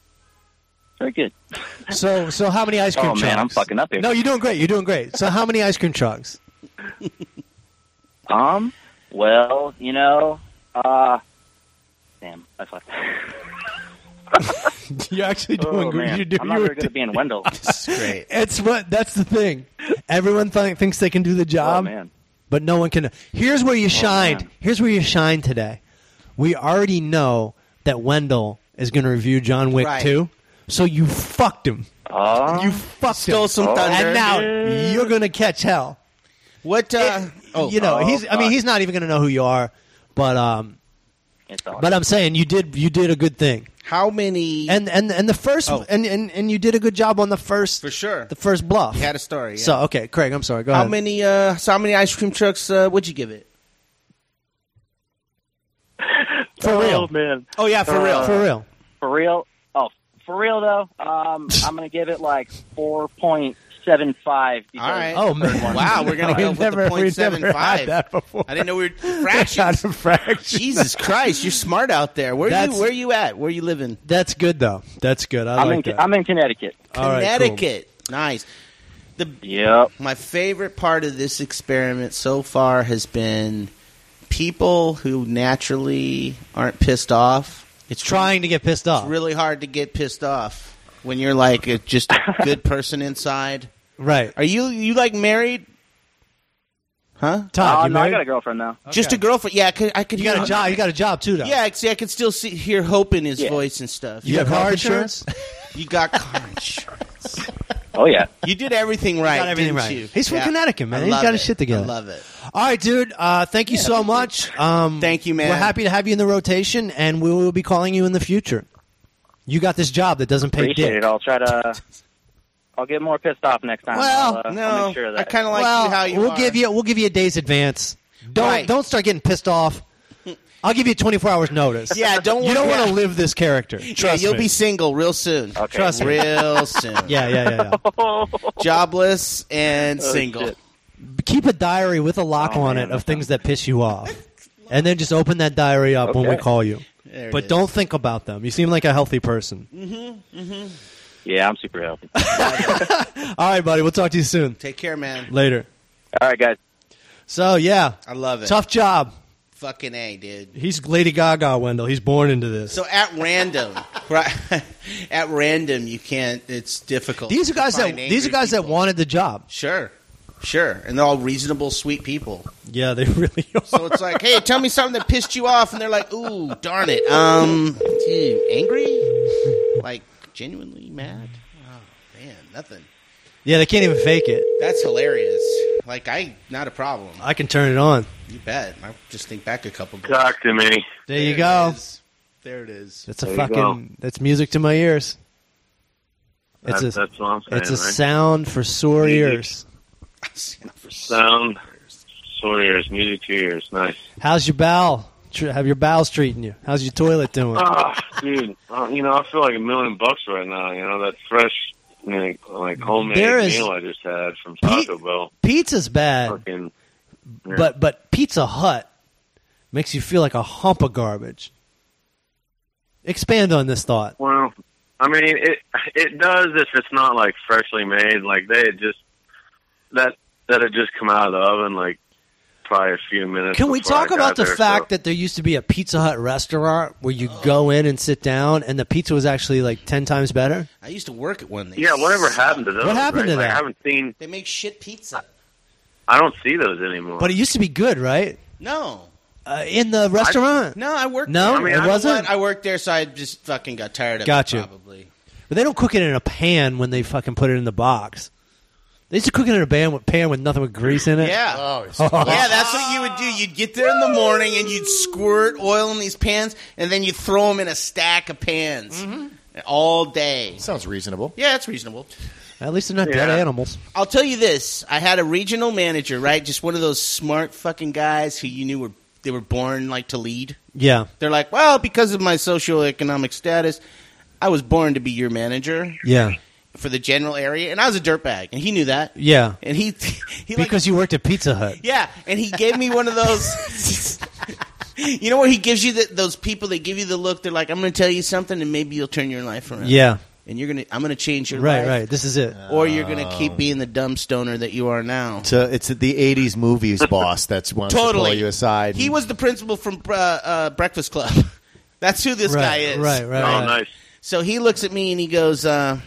very good. So so how many ice cream Oh, trucks? man, I'm fucking up here. No, you're doing great. You're doing great. So how many ice cream trucks? Um, well, you know, uh, damn, (laughs) I fucked. (laughs) You're actually doing Oh great. man, You're doing, I'm not you were very good at being Wendell. That's great. It's what that's the thing. Everyone th- thinks they can do the oh job, man, but no one can. Here's Oh, where you shined. man. Here's where you shine today. We already know that Wendell is going to review John Wick Right. Oh. 2. So you fucked him. uh, You fucked Stole him. some Oh. thunder. and now you're going to catch hell. what? Uh, oh, you know, oh, he's I mean, fuck. he's not even going to know who you are, but um (laughs) it's all but I'm saying you did you did a good thing. how many? And and and the first Oh. and, and and you did a good job on the first for sure. the first bluff. He had a story. yeah. So okay, Craig, I'm sorry. Go how ahead. many? Uh, so how many ice cream trucks? Uh, would you give it? for real? Oh man, Oh yeah, for real. For real. for real. Oh, for real though. Um, I'm gonna give it like four point seven five. All right. Oh man! Wow, (laughs) we're gonna go We've with the we've point seven never had five. that before. I didn't know we were Had (laughs) fractions. a fraction. Jesus Christ, you're smart out there. Where That's- you? Where you at? Where you living? That's good though. That's good. I I'm like in that. I'm in Connecticut. All right, cool. Connecticut. Nice. The Yep. my favorite part of this experiment so far has been people who naturally aren't pissed off It's trying to get pissed off. It's really hard to get pissed off when you're like a, (laughs) just a good person inside. right. Are you you like married? Huh? Todd, Oh, Ah, you no, I married? got a girlfriend now. Just a girlfriend? Yeah, I could. I could You got hear- a job. You got a job too, though. Yeah, see, I could still see, hear hope in his Yeah. voice and stuff. You, You, have got car health insurance. got car insurance. (laughs) Oh yeah. You did everything right. got everything didn't right. you? He's from Connecticut, man. I He's love got his it. shit together. I love it. All right, dude. Uh, thank you so much. Um, Thank you, man. We're happy to have you in the rotation, and we will be calling you in the future. You got this job that doesn't pay Appreciate dick. it. I'll try to. I'll get more pissed off next time. Well, I'll, uh, I'll No, make sure of I that. kind of like well, you how you we'll are. give you we'll give you a day's advance. Don't Right. don't start getting pissed off. I'll give you 24 hours notice. Yeah, don't you don't worry. want to live this character. Yeah, Trust you'll me. be single real soon. Okay. Trust me. Real soon. (laughs) Yeah, yeah, yeah. (laughs) yeah. Jobless and single. shit. Keep a diary with a lock Oh, on man, it of that things that piss you off, and then just open that diary up when we Okay. call you. There it But is. don't think about them. You seem like a healthy person. Yeah, I'm super healthy. All right, buddy. We'll talk to you soon. Take care, man. Later. All right, guys. So yeah, I love it. tough job. Fucking A, dude. He's Lady Gaga, Wendell. He's born into this. So at random, (laughs) right? At random, you can't. It's difficult. these are guys to that find these are angry guys that people. wanted the job. Sure, sure, and they're all reasonable, sweet people. Yeah, they (laughs) really are. So it's like, hey, tell me something that pissed you off, and they're like, ooh, darn it, um, dude, angry, like genuinely mad. Oh man, nothing. yeah, they can't even fake it. That's hilarious. Like I, not a problem. I can turn it on. You bet. I just think back a couple. Talk to me. There, you go. It is. There it is. That's a There you fucking. That's music to my ears. It's That's, a that's what I'm saying. it's a right? sound for sore Music. ears. sound. Sawyer's music to your ears. Nice. How's your bowel? Tr- Have your bowels treating you? How's your toilet doing? Ah, dude. Uh, you know, I feel like a million bucks right now. You know that fresh, you know, like homemade There is- meal I just had from Pete- Taco Bell. Pizza's bad, Fucking. yeah. but but Pizza Hut makes you feel like a hump of garbage. Expand on this thought. Well, I mean, it it does if it's not like freshly made. Like they had just that that had just come out of the oven, like probably a few minutes. Can we before I talk about got the there, fact so- that there used to be a Pizza Hut restaurant where you go in and sit down, and the pizza was actually like ten times better? I used to work at one. They Yeah, whatever suck. happened to those? What happened right? to Like, that? I haven't seen. They make shit pizza. I don't see those anymore. But it used to be good, right? No, Uh, in the restaurant, no, I worked. No, there. I mean, it wasn't? I worked there, so I just fucking got tired of Got it. you. Probably. but they don't cook it in a pan when they fucking put it in the box. They used to cook it in a pan with, pan with nothing with grease in it. Yeah. Oh, it's- Yeah, that's what you would do. You'd get there in the morning and you'd squirt oil in these pans, and then you'd throw them in a stack of pans all day. sounds (laughs) reasonable. Mm-hmm. Yeah, that's reasonable. At least they're not dead Yeah. animals. I'll tell you this: I had a regional manager, right? Just one of those smart fucking guys who you knew were they were born like to lead. Yeah, They're like, well, because of my socioeconomic status, I was born to be your manager yeah, for the general area, and I was a dirtbag, and he knew that. yeah. And he, (laughs) he like, Because you worked at Pizza Hut. Yeah, and he gave me one of those. (laughs) you know where he gives you the, those people that give you the look. They're like, "I'm going to tell you something, and maybe you'll turn your life around." Yeah, and you're gonna, I'm going to change your right, life, right. This is it. Or you're going to Oh. keep being the dumb stoner that you are now. So it's the '80s movies boss that's wants to pull Totally. you aside. He and- was the principal from uh, uh, Breakfast Club. (laughs) That's who this right, guy is. right, right, oh, right. nice. So he looks at me and he goes, uh,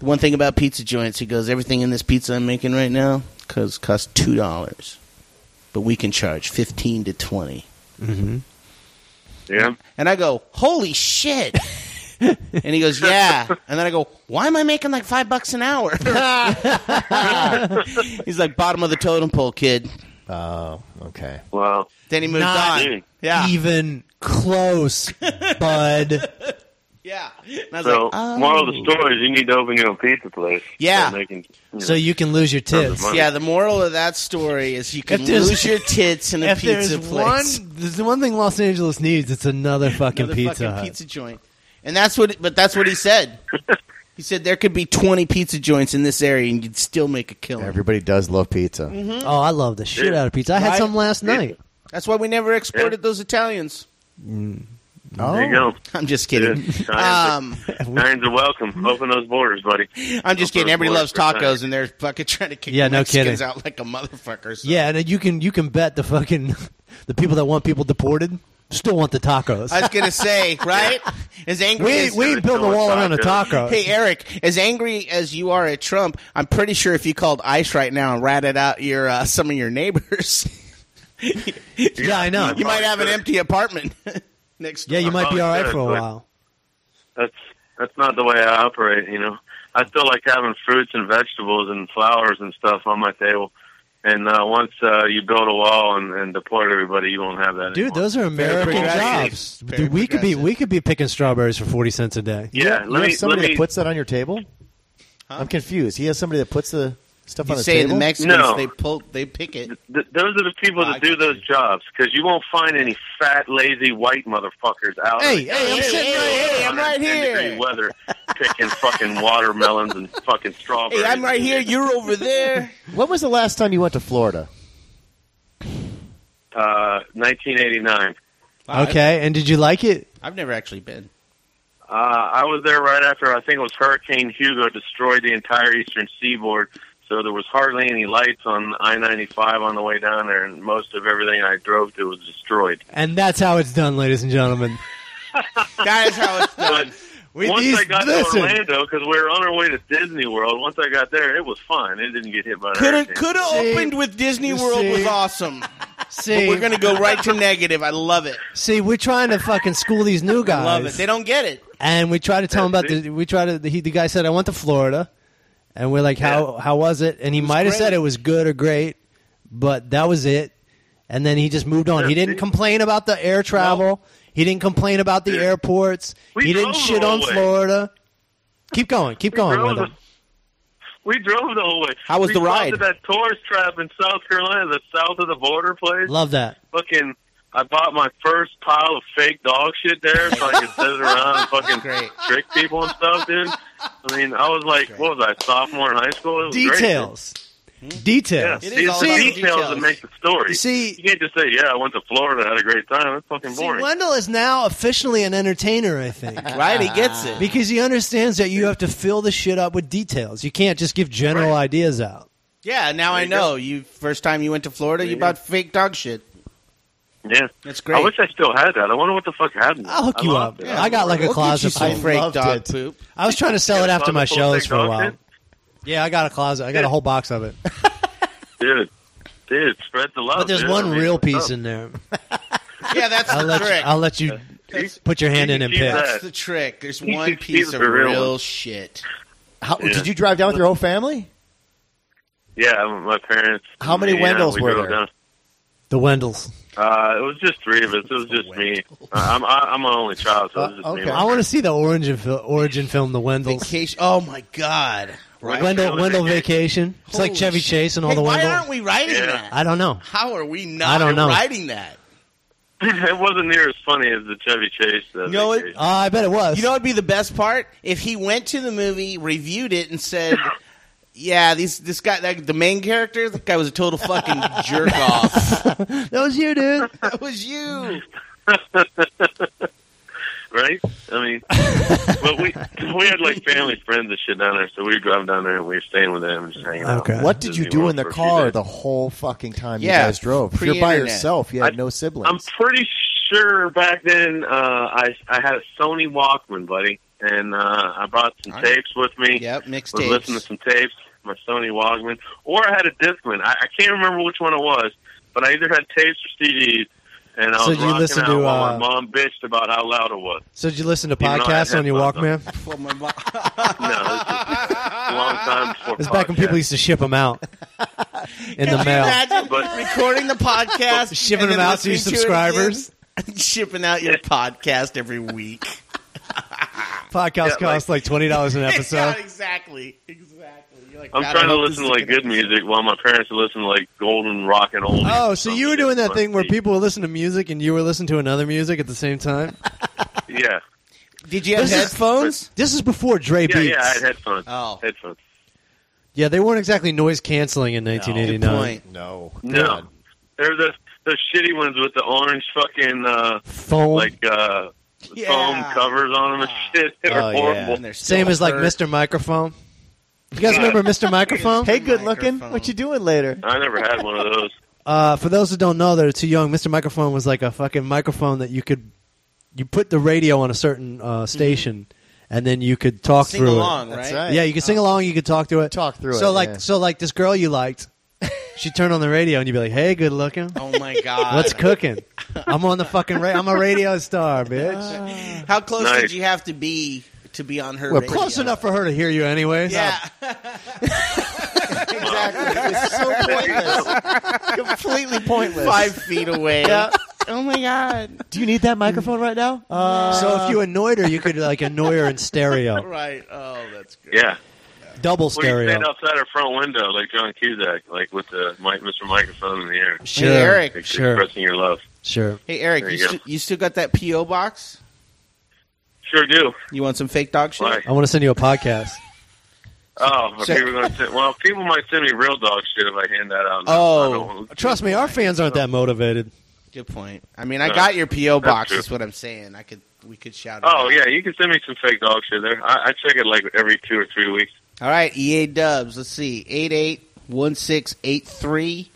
"The one thing about pizza joints, he goes, everything in this pizza I'm making right now cause costs two dollars, but we can charge fifteen to twenty. Yeah. And I go, holy shit. and he goes, yeah. And then I go, why am I making like five bucks an hour? (laughs) He's like, bottom of the totem pole, kid. Oh, okay. Well, Then he moved Not- on. Yeah. Even (laughs) close, bud. Yeah. And I was so like, oh. moral of the story is you need to open your own pizza place. Yeah. So, they can, you so know, you can lose your tips. money. Yeah, the moral of that story is you can If there's- lose your tits in a if pizza there's place. one, there's one thing Los Angeles needs. It's another fucking Another pizza. fucking Hut. pizza joint. And that's what but that's what he said. (laughs) he said there could be 20 pizza joints in this area and you'd still make a killing. Everybody does love pizza. Oh, I love the shit Yeah. out of pizza. I had Right? some last night. that's why we never exported those Italians. There you go. Oh, I'm just (laughs) Yeah, kidding. Italians, Um, Italians are welcome. Open those borders, buddy. I'm just Open kidding. those Everybody loves borders for tacos, a second. and they're fucking trying to kick Yeah, the no Mexicans kidding. out like a motherfucker. (laughs) so- Yeah, and you can you can bet the fucking the people that want people deported Still want the tacos. I was (laughs) gonna say, right? As angry we as we built a wall around the tacos. Hey Eric, as angry as you are at Trump, I'm pretty sure if you called ICE right now and ratted out your uh, some of your neighbors, (laughs) yeah, I know. you might have an empty apartment (laughs) next. Yeah, you might be all right for a Probably while. That's that's not the way I operate. You know, I still like having fruits and vegetables and flowers and stuff on my table. And uh, once uh, you build a wall and, and deport everybody, you won't have that. Dude, anymore. those are American progressive. jobs. Very Dude, we could be progressive. we could be picking strawberries for forty cents a day. yeah. you have Let me let somebody me that puts that on your table. I'm confused. He has somebody that puts the stuff on You the say table. the Mexicans No. they pull they pick it. Th- those are the people Oh, I that do got you. those jobs because you won't find any fat, lazy white motherfuckers out. Hey, there. hey, I'm Yeah, sitting yeah, right yeah, here, I'm under right 10 here. degree Weather picking fucking watermelons and fucking strawberries. (laughs) Hey, I'm right here. You're over (laughs) there. when was the last time you went to Florida? Uh, 1989. Okay, and did you like it? I've never actually been. Uh, I was there right after I think it was Hurricane Hugo destroyed the entire eastern seaboard, so there was hardly any lights on I-95 on the way down there, and most of everything I drove to was (laughs) destroyed. And that's how it's done, ladies and gentlemen. That is how it's But done. (laughs) We once these- I got listen. to Orlando, because we were on our way to Disney World, once I got there, it was fine. It didn't get hit by Could hurricane. have could have See? opened with Disney You World was see? awesome. See, We're gonna go right to negative. I love it. see, we're trying to fucking school these new I guys, love it. They don't get it. and we try to tell them about That's the. We try to. The, he, the guy said, "I went to Florida," and we're like, "How how was it?" And he might have said great. it was good or great, but that was it. And then he just moved on. he didn't see? complain about the air travel. he didn't complain about the airports. We he didn't drove shit the on whole way. Florida. Keep going. Keep going. drove Wendell. the- We drove the whole way. How was we the stopped ride? at that tourist trap in South Carolina, the south of the border place. Love that. fucking I bought my first pile of fake dog shit there so I could sit it (laughs) around and fucking Great. trick people and stuff, dude. I mean, I was like, what was I, sophomore in high school? It was great, dude. Details. Yeah, Details. It see, is it's all the about details, details. that make the story. See- you can't just say, "Yeah, I went to Florida, had a great time." That's fucking See, boring. Wendell is now officially an entertainer, I think. Right? He gets it. Because he understands that you have to fill the shit up with details. You can't just give general Right. ideas out. Yeah, now I know. You first time you went to Florida, you you bought fake dog shit. yeah, That's great. I wish I still had that. I wonder what the fuck happened. I'll hook I you lost up. it. I got like a We'll get you closet some full. fake loved dog it. poop. I was trying to sell it after my Closet full of shows fake for a dog while. shit? Yeah, I got a closet. I got a whole box of it. dude. Dude, spread the love. But there's dude. I one mean, real what's piece up? in there. Yeah, that's I'll the let you, trick. I'll let you put your hand in and keep pick. that. that's the trick. There's You one should keep piece it of for real, real. shit. How, Yeah. Did you drive down with your whole family? Yeah, my parents. How many me, uh, Wendells we were drove there? down- The Wendells. Uh, it was just three of us. It was just me. I- I'm I, I'm an only child, so it was just Uh, me. okay. I want to see the origin fil- origin film, The Wendells. Vacation. Oh my god! Right? Wendell Vacation. Wendell Vacation. It's like Holy Chevy shit. Chase and all Hey, the why Wendell. aren't we writing Yeah. that? I don't know. How are we not I don't know. writing that? (laughs) it wasn't near as funny as the Chevy Chase. Uh, No, it- vacation. Uh, I bet it was. You know what would be the best part? If he went to the movie, reviewed it, (laughs) and said, "Yeah, these this guy, like, the main character, that guy was a total fucking jerk off." (laughs) that was you, dude. (laughs) that was you. right? (laughs) I mean, but we we had like family friends and shit down there, so we drove down there and we were staying with them and just hanging out. Okay. What did you Disney do World in the for a few car days. the whole fucking time Yeah, you guys drove? If You're by pre-internet. yourself. You had I- no I'm siblings. pretty sure back then uh, I I had a Sony Walkman, buddy, and uh, I brought some All right. tapes with me. Yep, mixtapes. was listening to some tapes, my Sony Walkman, or I had a Discman. I, I can't remember which one it was, but I either had tapes or CDs, and I So was did you rocking listen out to, while uh, my mom bitched about how loud (laughs) it was. So did you listen to You know, I had podcasts on your Walkman? headphones Well, my mom- No, this was a long time before. It's back when people podcasts. used to ship them out in the Could you mail. imagine But- recording the (laughs) podcast, Shipping and them then out to your listening it again? (laughs) subscribers? shipping out your podcast every week. (laughs) Podcast Yeah, cost like twenty dollars an Yeah, episode. exactly, exactly. You're like, I'm God, I trying to hope this listen is to like gonna- good music while my parents are listening to like golden rock and old. (laughs) Oh, so you were doing that thing where people would listen to music and you were listening to another music at the same time? (laughs) Yeah, Did you have This is- headphones? This is before Dre yeah, Beats. yeah. I had headphones. Oh. headphones. Yeah, they weren't exactly noise canceling in nineteen eighty Good nine. point. No. No, they're the the shitty ones with the orange fucking uh, Phone like uh, Yeah. foam covers on them and shit. (laughs) They were Oh, yeah. horrible. And they're still same as like hurt. Mr. Microphone. You guys remember Mr. Microphone? (laughs) Hey, good looking. Microphone. What you doing later? I never had one of those. Uh, for those who don't know that are too young, Mr. Microphone was like a fucking microphone that you could you put the radio on a certain uh, station, and then you could talk Sing through it. along, right? Mm-hmm. That's right. Oh. Yeah, you could sing along. You could talk through it. Talk through So it, like yeah. so like this girl you liked, she turned on the radio and you'd be like, "Hey, good looking, (laughs) Oh my god! (laughs) what's cooking? I'm on the fucking ra- I'm a radio star, (laughs) bitch. How close did Nice. you have to be to be on her? Well, radio? Close enough for her to hear you anyway. Yeah, (laughs) (laughs) Completely pointless. five feet (laughs) away. Yeah. Oh my god! Do you need that microphone right now? (laughs) Uh, So if you annoyed her, you could like annoy her in stereo, Right. Oh, that's good. Yeah. double Well, you stereo. stand outside her front window like John Cusack, like with the mic, Mr. Microphone in the air, Sure, Hey, Eric. like sure, expressing your love. sure. Hey Eric, There you, you go. stu- you still got that PO box? Sure do. You want some fake dog shit? Why? I want to send you a podcast. Oh, if Check. people going to send, well, people might send me real dog shit if I hand that out. Oh. I don't- Trust me, our fans aren't that motivated. Good point. I mean, I No, got your PO that's box. true. Is what I'm saying. I could we could shout. it Oh out. yeah, you can send me some fake dog shit there. I, I check it like every two or three weeks. All right, EA Dubs. Let's see. Eight eight one six eight three,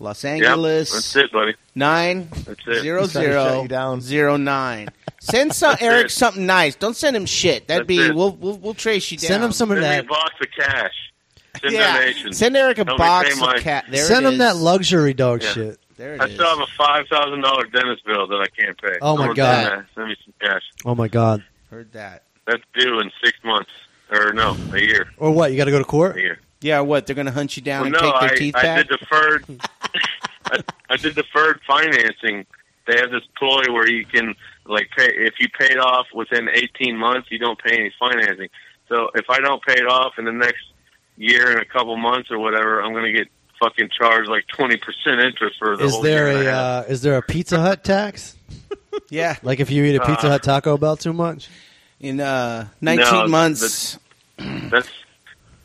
Los Yeah, Angeles that's it, buddy. nine That's it. zero He's trying to shut zero you down. zero nine. Send some Eric it. something nice. Don't send him shit. That'd That's be it. we'll, we'll we'll trace you down. Send him some of Send me a that. box of cash. Send yeah. donations. Send Eric a Help me pay box of mine. cat. There Send it him that is. luxury dog Yeah. shit. There it I is. still have a five thousand dollar dentist bill that I can't pay. Oh, my Someone God. send that. Send me some cash. Oh my god. Heard that. That's due in six months or no, a year. Or what? You got to go to A court. year. Yeah. What? They're gonna hunt you down Well, and no, take their I, teeth I back. did deferred. (laughs) I, I did deferred financing. They have this ploy where you can like pay if you paid off within eighteen months, you don't pay any financing. So if I don't pay it off in the next year and a couple months or whatever, I'm going to get fucking charged like twenty percent interest for the Is whole year. there and a a half. uh, is there a Pizza Hut tax? yeah. Like if you eat a Pizza Uh, Hut Taco Bell too much? In uh, nineteen No, months, That's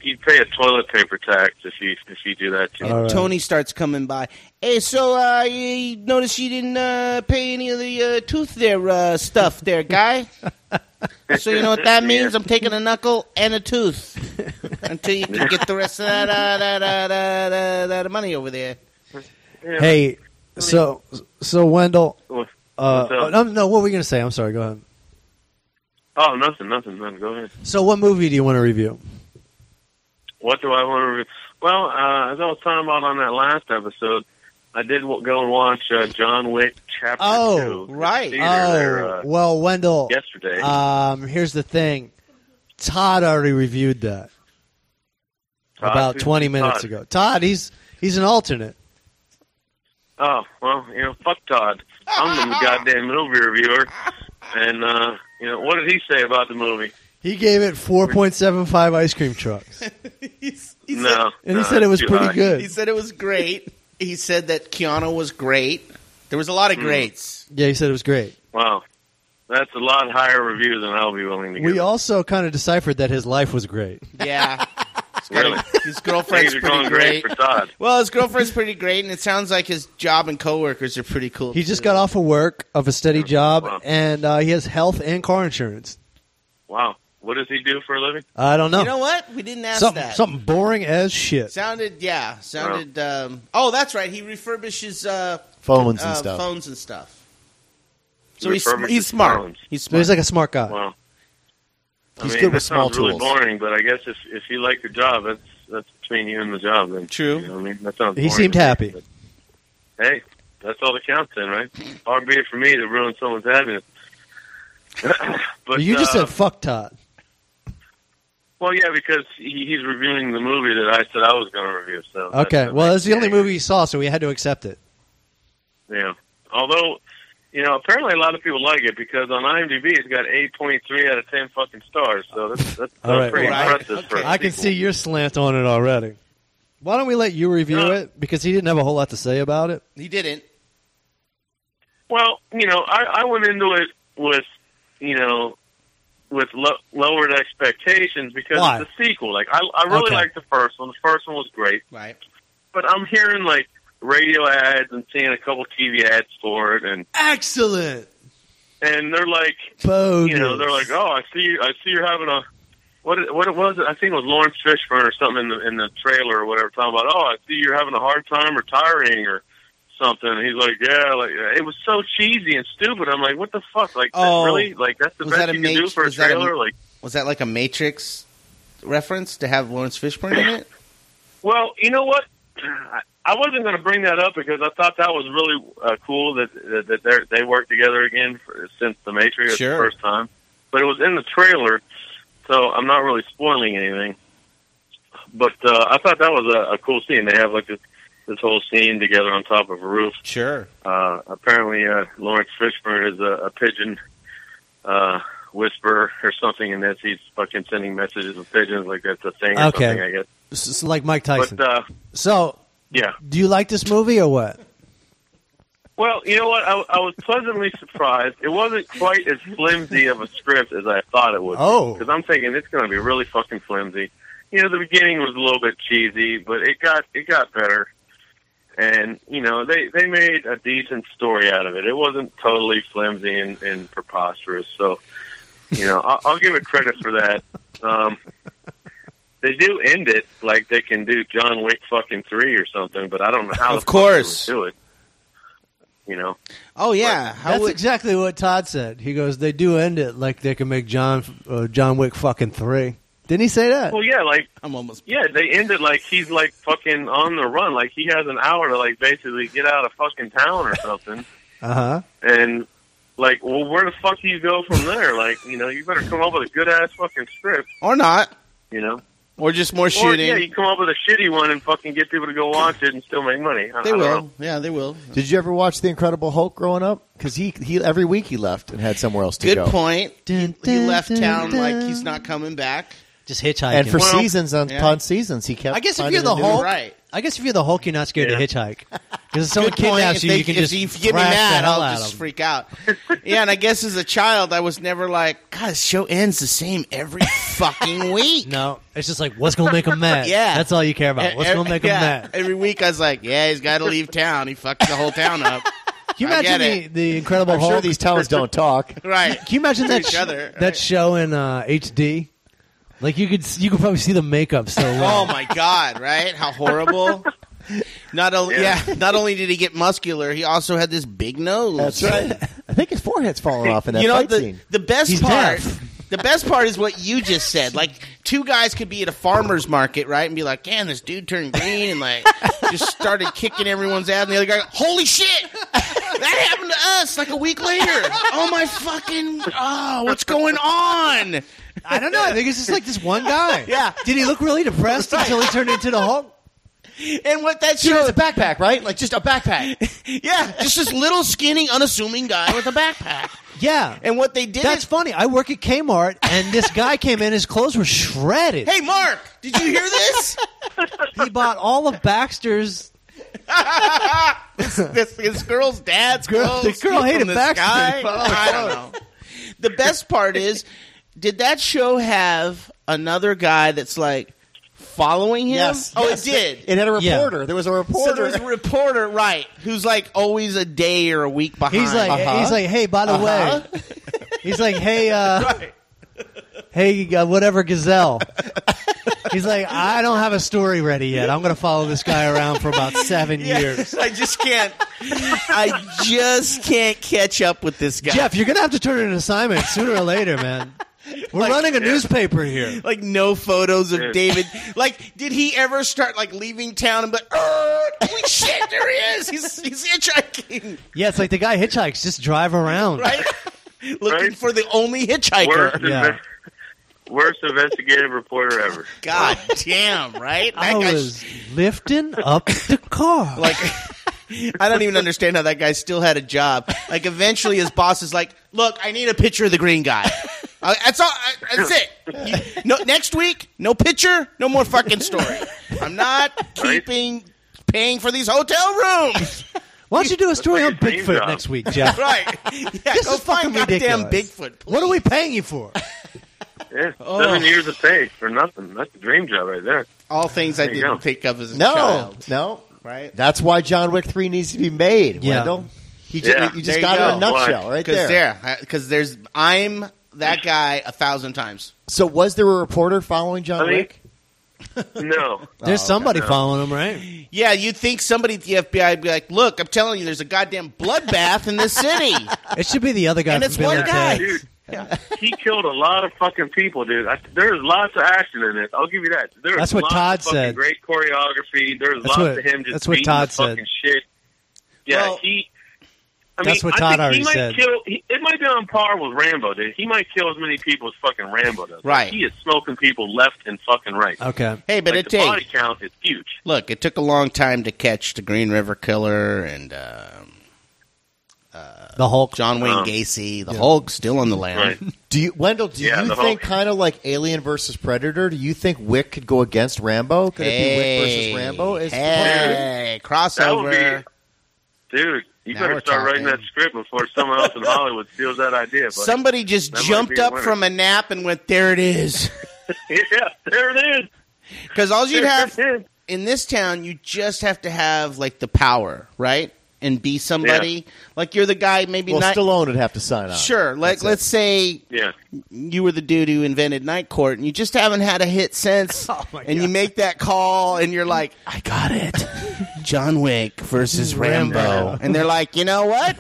you pay a toilet paper tax if you if you do that too. All right. Tony starts coming by. Hey, so uh, you- you notice you didn't uh, pay any of the uh, tooth there uh, stuff there, (laughs) guy. so you know what that means? I'm taking a knuckle and a (laughs) tooth until you can get the rest of that uh, that, uh, that, uh, that money over there. Yeah. Hey, so so Wendell. Uh, What's up? oh, no, no, what were we gonna say? I'm sorry. Go ahead. oh, nothing, nothing, nothing. Go ahead. So, what movie do you want to review? What do I want to review? Well, uh, as I was talking about on that last episode, I did w- go and watch uh, John Wick Chapter Oh, Two. at the right. theater there, Oh, uh, well, Wendell. yesterday. Um, here's the thing. Todd already reviewed that Todd, about who's 20 minutes Todd? ago. Todd, he's he's an alternate. Oh well, you know, fuck Todd. (laughs) I'm the goddamn movie reviewer, and uh, you know, what did he say about the movie? He gave it 4.75 ice cream trucks, and He no, he no, said it was too pretty high. good. He said it was great. He said that Keanu was great. There was a Hmm. lot of greats. yeah, he said it was great. Wow, that's a lot higher review than I'll be willing to give. We also kind of deciphered that his life was great. Yeah, really. his (laughs) Things girlfriend's are pretty going great great. for Todd. Well, his girlfriend's pretty great, and it sounds like his job and coworkers are pretty cool. He just too. got off of work of a steady job, Wow. and uh, he has health and car insurance. Wow, what does he do for a living? I don't know. You know what? We didn't ask something that. something boring as shit. Sounded, yeah, sounded. Um, oh, that's right. He refurbishes uh, Phones and uh, stuff. phones and stuff. So he's Refurbishes he's smart. phones. He's So smart. he's like a smart guy. Wow. He's I mean, good that with small sounds really tools. boring, but I guess if if you like your job, that's that's between you and the job. Then True. You know what I mean, that sounds. He boring seemed to me, happy. but hey, that's all that counts, then, right? Hard be it for me to ruin someone's happiness. (coughs) but you just uh, said fuck Todd. well, yeah, because he, he's reviewing the movie that I said I was going to review. So that's- Okay, that well, makes that's the only sense. movie he saw, so we had to accept it. Yeah. Although, you know, apparently a lot of people like it because on IMDb it's got 8.3 out of 10 fucking stars. So that's, that's, All that's right, pretty well, I- impressive. for a I can sequel. see your slant on it already. Why don't we let you review Yeah. it? Because he didn't have a whole lot to say about it. he didn't. Well, you know, I, I went into it with, you know, with lo- lowered expectations because Why? it's a sequel. Like, I, I really Okay. liked the first one. The first one was great, Right. but I'm hearing like radio ads and seeing a couple TV ads for it, and Excellent. and they're like, Bogus. "Oh, you know, they're like, oh, I see, I see you're having a what it- what it was? I think it was Lawrence Fishburne or something in the in the trailer or whatever, talking about, oh, I see you're having a hard time retiring or something. And he's like, yeah, like it was so cheesy and stupid. I'm like, what the fuck? Like, that- Oh. really? Like that's the Was best that a you can do mat- for a was that a- trailer? like, Was that like a Matrix reference to have Lawrence Fishburne in (laughs) it? well, you know what? (clears throat) I- I wasn't going to bring that up because I thought that was really uh, cool that that, that they're- they worked together again for, since the Matrix Sure. the first time. But it was in the trailer, so I'm not really spoiling anything. But uh, I thought that was a, a cool scene. They have like this, this whole scene together on top of a roof. Sure. Uh, apparently, uh, Lawrence Fishburne is a, a pigeon uh, whisperer or something, and that's he's fucking sending messages with pigeons like that's a thing. Or Okay. something, I guess. S- s- like Mike Tyson. But uh, so, yeah. do you like this movie or what? Well, you know what? I, I was pleasantly surprised. It wasn't quite as flimsy of a script as I thought it would. Oh. because I'm thinking it's going to be really fucking flimsy. You know, the beginning was a little bit cheesy, but it got it got better. And you know, they they made a decent story out of it. It wasn't totally flimsy and, and preposterous. So, you know, I'll, I'll give it credit for that. Um, they do end it like they can do John Wick fucking three or something, but I don't know how. Of the fuck they would course. do it. You know. Oh yeah. How That's would exactly what Todd said. He goes, "They do end it like they can make John uh, John Wick fucking three. Didn't he say that? Well, yeah, like I'm almost yeah, they end it like he's like fucking on the run, like he has an hour to like basically get out of fucking town or something, Uh huh. and like, well, where the fuck do you go from there? Like, you know, you better come up with a good ass fucking script, or not you know, or just more or shooting. yeah, you come up with a shitty one and fucking get people to go watch it and still make money. I, they I don't will. know. Yeah, they will. Did you ever watch The Incredible Hulk growing up? Because he, he every week he left and had somewhere else to Good go. point. Dun, He dun, left dun, town dun. like he's not coming back. just hitchhiking. And for Well, seasons on, yeah. upon seasons, he kept. I guess if finding you're the a new- Hulk, (laughs) Right. I guess if you're the Hulk, you're not scared Yeah. to hitchhike because (laughs) if someone Good point. kidnaps If you, they- you can if just you get me thrash mad, the hell I'll out just of 'em. freak out. yeah, and I guess as a child, I was never like, God, this show ends the same every (laughs) fucking week. No, it's just like what's gonna make (laughs) him mad. Yeah. that's all you care E- about. What's e- gonna make yeah, him mad? Every week I was like, yeah, he's got to leave town. He fucked the whole town (laughs) up. Can you I imagine get the, it. the Incredible I'm Hulk? sure these towns don't talk. Right. Can you imagine that Each sh- other, that right. show in uh, HD? Like you could s- you could probably see the makeup so well. (laughs) (laughs) Oh my god, right? (laughs) How horrible. Not only yeah. Yeah. not only did he get muscular, he also had this big nose. That's right. I think his forehead's falling (laughs) off in that you know fight the, scene. the best He's part deaf. (laughs) the best part is what you just said like two guys could be at a farmer's market right and be like man this dude turned green and like just started kicking everyone's ass and the other guy holy shit that happened to us like a week later oh my fucking oh what's going on I don't know. I think it's just like this one (laughs) guy. Yeah. Did he look really depressed until he turned into the (laughs) Hulk? and what that Dude, shows a backpack, right? Like just a backpack. yeah just this little skinny unassuming guy with a backpack Yeah. and what they did That's is, funny. I work at Kmart, and this guy came in. His clothes were shredded. hey mark did you hear this He bought all of Baxter's. (laughs) this, this girl's dad's Girl- the clothes girl from hated Oh, this Baxter. guy. I don't know. The best part is, did that show have another guy that's like following him? Yes. Oh, Yes. it did. It had a Yeah. reporter. There was a reporter. so there was (laughs) a reporter, right, who's like always a day or a week behind. He's like, (laughs) Uh-huh. he's like, hey, by the way, Uh-huh. (laughs) he's like, hey, (laughs) uh, hey, uh, whatever, gazelle. He's like, I don't have a story ready yet. I'm going to follow this guy around for (laughs) about seven years. I just can't. I just can't catch up with this guy. Jeff, you're going to have to turn in an assignment sooner or later, man. We're running a newspaper here. like no photos of Yeah. David. Like, did he ever start like leaving town and be like, "Oh, holy shit, there he is! He's he's hitchhiking." Yeah, it's like the guy hitchhikes, just drive around. (laughs) right? Looking Right? for the only Worst, hitchhiker. Yeah. inve- worst investigative reporter ever. God damn, right? That I guy's- was lifting up (laughs) the car. like (laughs) I don't even understand how that guy still had a job. Like eventually his boss is like, "Look, I need a picture of the green guy." Uh, that's all. I, that's it. You- no, next week, no picture, no more fucking story. I'm not (laughs) Right? keeping paying for these hotel rooms. Why don't you do a story on like your dream Bigfoot job. next week, (laughs) Jeff? Right? (laughs) Yeah, This go is fucking find goddamn ridiculous. Bigfoot. What are we paying you for? Yeah, Oh. seven years of pay for nothing. That's a dream job right there. All things I There you didn't go. think of as a no, child. no. Right? That's why John Wick three needs to be made. Yeah. Wendell. He ju- Yeah. you There just you got it in a go. nutshell right Because there. there, because there's I'm that guy a thousand times. So was there a reporter following John I mean- Wick? No. There's somebody no. following him, right? Yeah, you'd think somebody at the FBI would be like, "Look, I'm telling you, there's a goddamn bloodbath (laughs) in this city, It should be the other guy. and it's from Bill one and guy." Ted. Dude, he killed a lot of fucking people, dude. I, there's lots of action in it. I'll give you that. There's That's what lots Todd of fucking said. Great choreography. There's That's lots what- of him just that's what beating Todd the said. fucking shit. Yeah, Well, he. I that's mean, what I Todd think already he might said. Kill, he, it might be on par with Rambo, dude. He might kill as many people as fucking Rambo does. Right. He is smoking people left and fucking right. Okay. Hey, but Like, it the body takes. count is huge. Look, it took a long time to catch the Green River Killer and um The Hulk. John Wayne Um, Gacy. The Hulk still on the Right. (laughs) land. Do you, Wendell? Do Yeah, you the think Hulk. kind of like Alien versus Predator? Do you think Wick could go against Rambo? Could it be Wick versus Hey, Rambo? Is- hey, That would crossover. be, dude. You Now we're better start writing that talking. script before someone else in Hollywood steals that idea. But Somebody just That might jumped be a up winner. from a nap and went, "There it is." (laughs) (laughs) yeah, there it is. Because all (laughs) you'd There have it is. in this town, you just have to have like the power, right? And be somebody. Like you're the guy, maybe well, not. Stallone would have to sign on. (laughs) Sure. Like, That's it. let's say Yeah. you were the dude who invented Night Court, and you just haven't had a hit since. and you make that call, and you're like, "I got it, John Wick versus Rambo." And they're like, "You know what?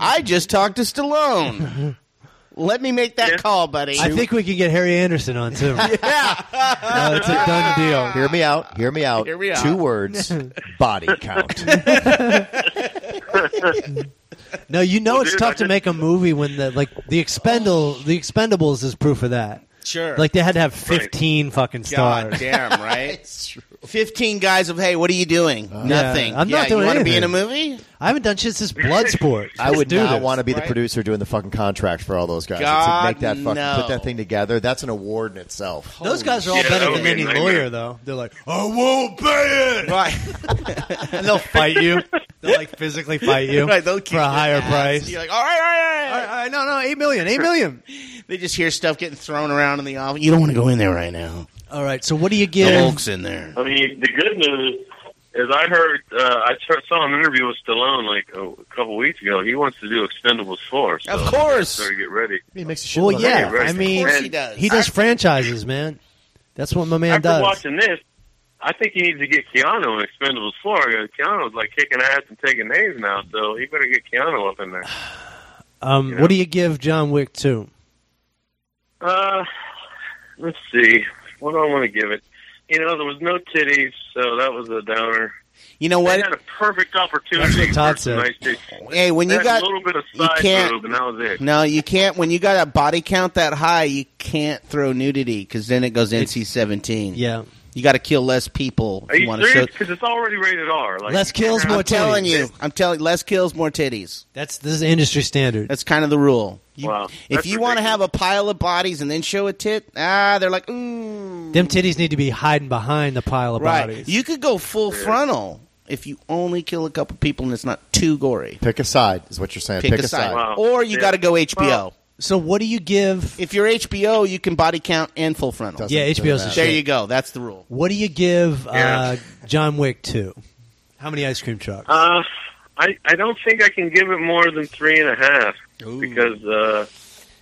I just talked to Stallone. Let me make that Yeah. call, buddy." I think we can get Harry Anderson on (laughs) too. yeah, no, it's a done deal. (laughs) Hear me out. Hear me (laughs) out. Hear me out. (laughs) Two words: body count. No, you know Well, it's dude, tough I to just- make a movie when the like the expendable the Expendables is proof of that. sure. Like they had to have fifteen fucking God stars. damn, right? (laughs) Fifteen guys of hey, what are you doing? Nothing. Uh, Yeah, I'm Yeah, not doing you want to be in a anything. movie? I haven't done shit since Bloodsport. I would do not want to be the right? producer doing the fucking contract for all those guys. It's God, like, make that fucking no. put that thing together. That's an award in itself. Those guys are all shit. Yeah, better that would than be a any nightmare. lawyer, though. They're like, I won't pay it, Right, and they'll fight you. (laughs) They'll like physically fight you (laughs) right. They'll for a higher price. You're like, all right, all right, all All right. right, all right, no, no, eight million, eight million. They just hear stuff getting thrown around in the office. You don't want to go in there right now. All right, so what do you The give? Hulk's in there. I mean, the good news is I heard uh, I heard, saw an interview with Stallone like a, a couple weeks ago. He wants to do Expendables four. So Of course. better get ready. He makes a shit Well, load of yeah, money. right. I mean, Of course he And does. he does franchises, man. That's what my man After does. watching this, I think he needs to get Keanu in Expendables four. Keanu's like kicking ass and taking names now, so he better get Keanu up in there. Um, you What know? do you give John Wick two? Uh, let's see. What do I want to give it? You know, there was no titties, so that was a downer. You know They what? had a perfect That's opportunity. what Todd for said. Nice titties. Hey, when They you had got a little bit of you side can't- boob, and that was it. no, you can't. When you got a body count that high, you can't throw nudity because then it goes NC seventeen. Yeah, you got to kill less people. Are you want to serious? show. Because it's already rated R. Like, Less kills, more I'm telling titties. you, I'm telling. Less kills, more titties. that's this is industry standard. That's kind of the rule. You- Wow. If That's you want to ridiculous. have a pile of bodies and then show a tit, ah, they're like, ooh, Them titties need to be hiding behind the pile of right. bodies. You could go full frontal if you only kill a couple people and it's not too gory. Pick a side is what you're saying. Pick, a side, Wow. or you Yeah. got to go HBO. Well- so what do you give? If you're HBO, you can body count and full frontal. Doesn't- Yeah, doesn't HBO's the matter. shit. There you go. That's the rule. What do you give Yeah. uh, John Wick two? How many ice cream trucks? Uh, I I don't think I can give it more than three and a half because uh,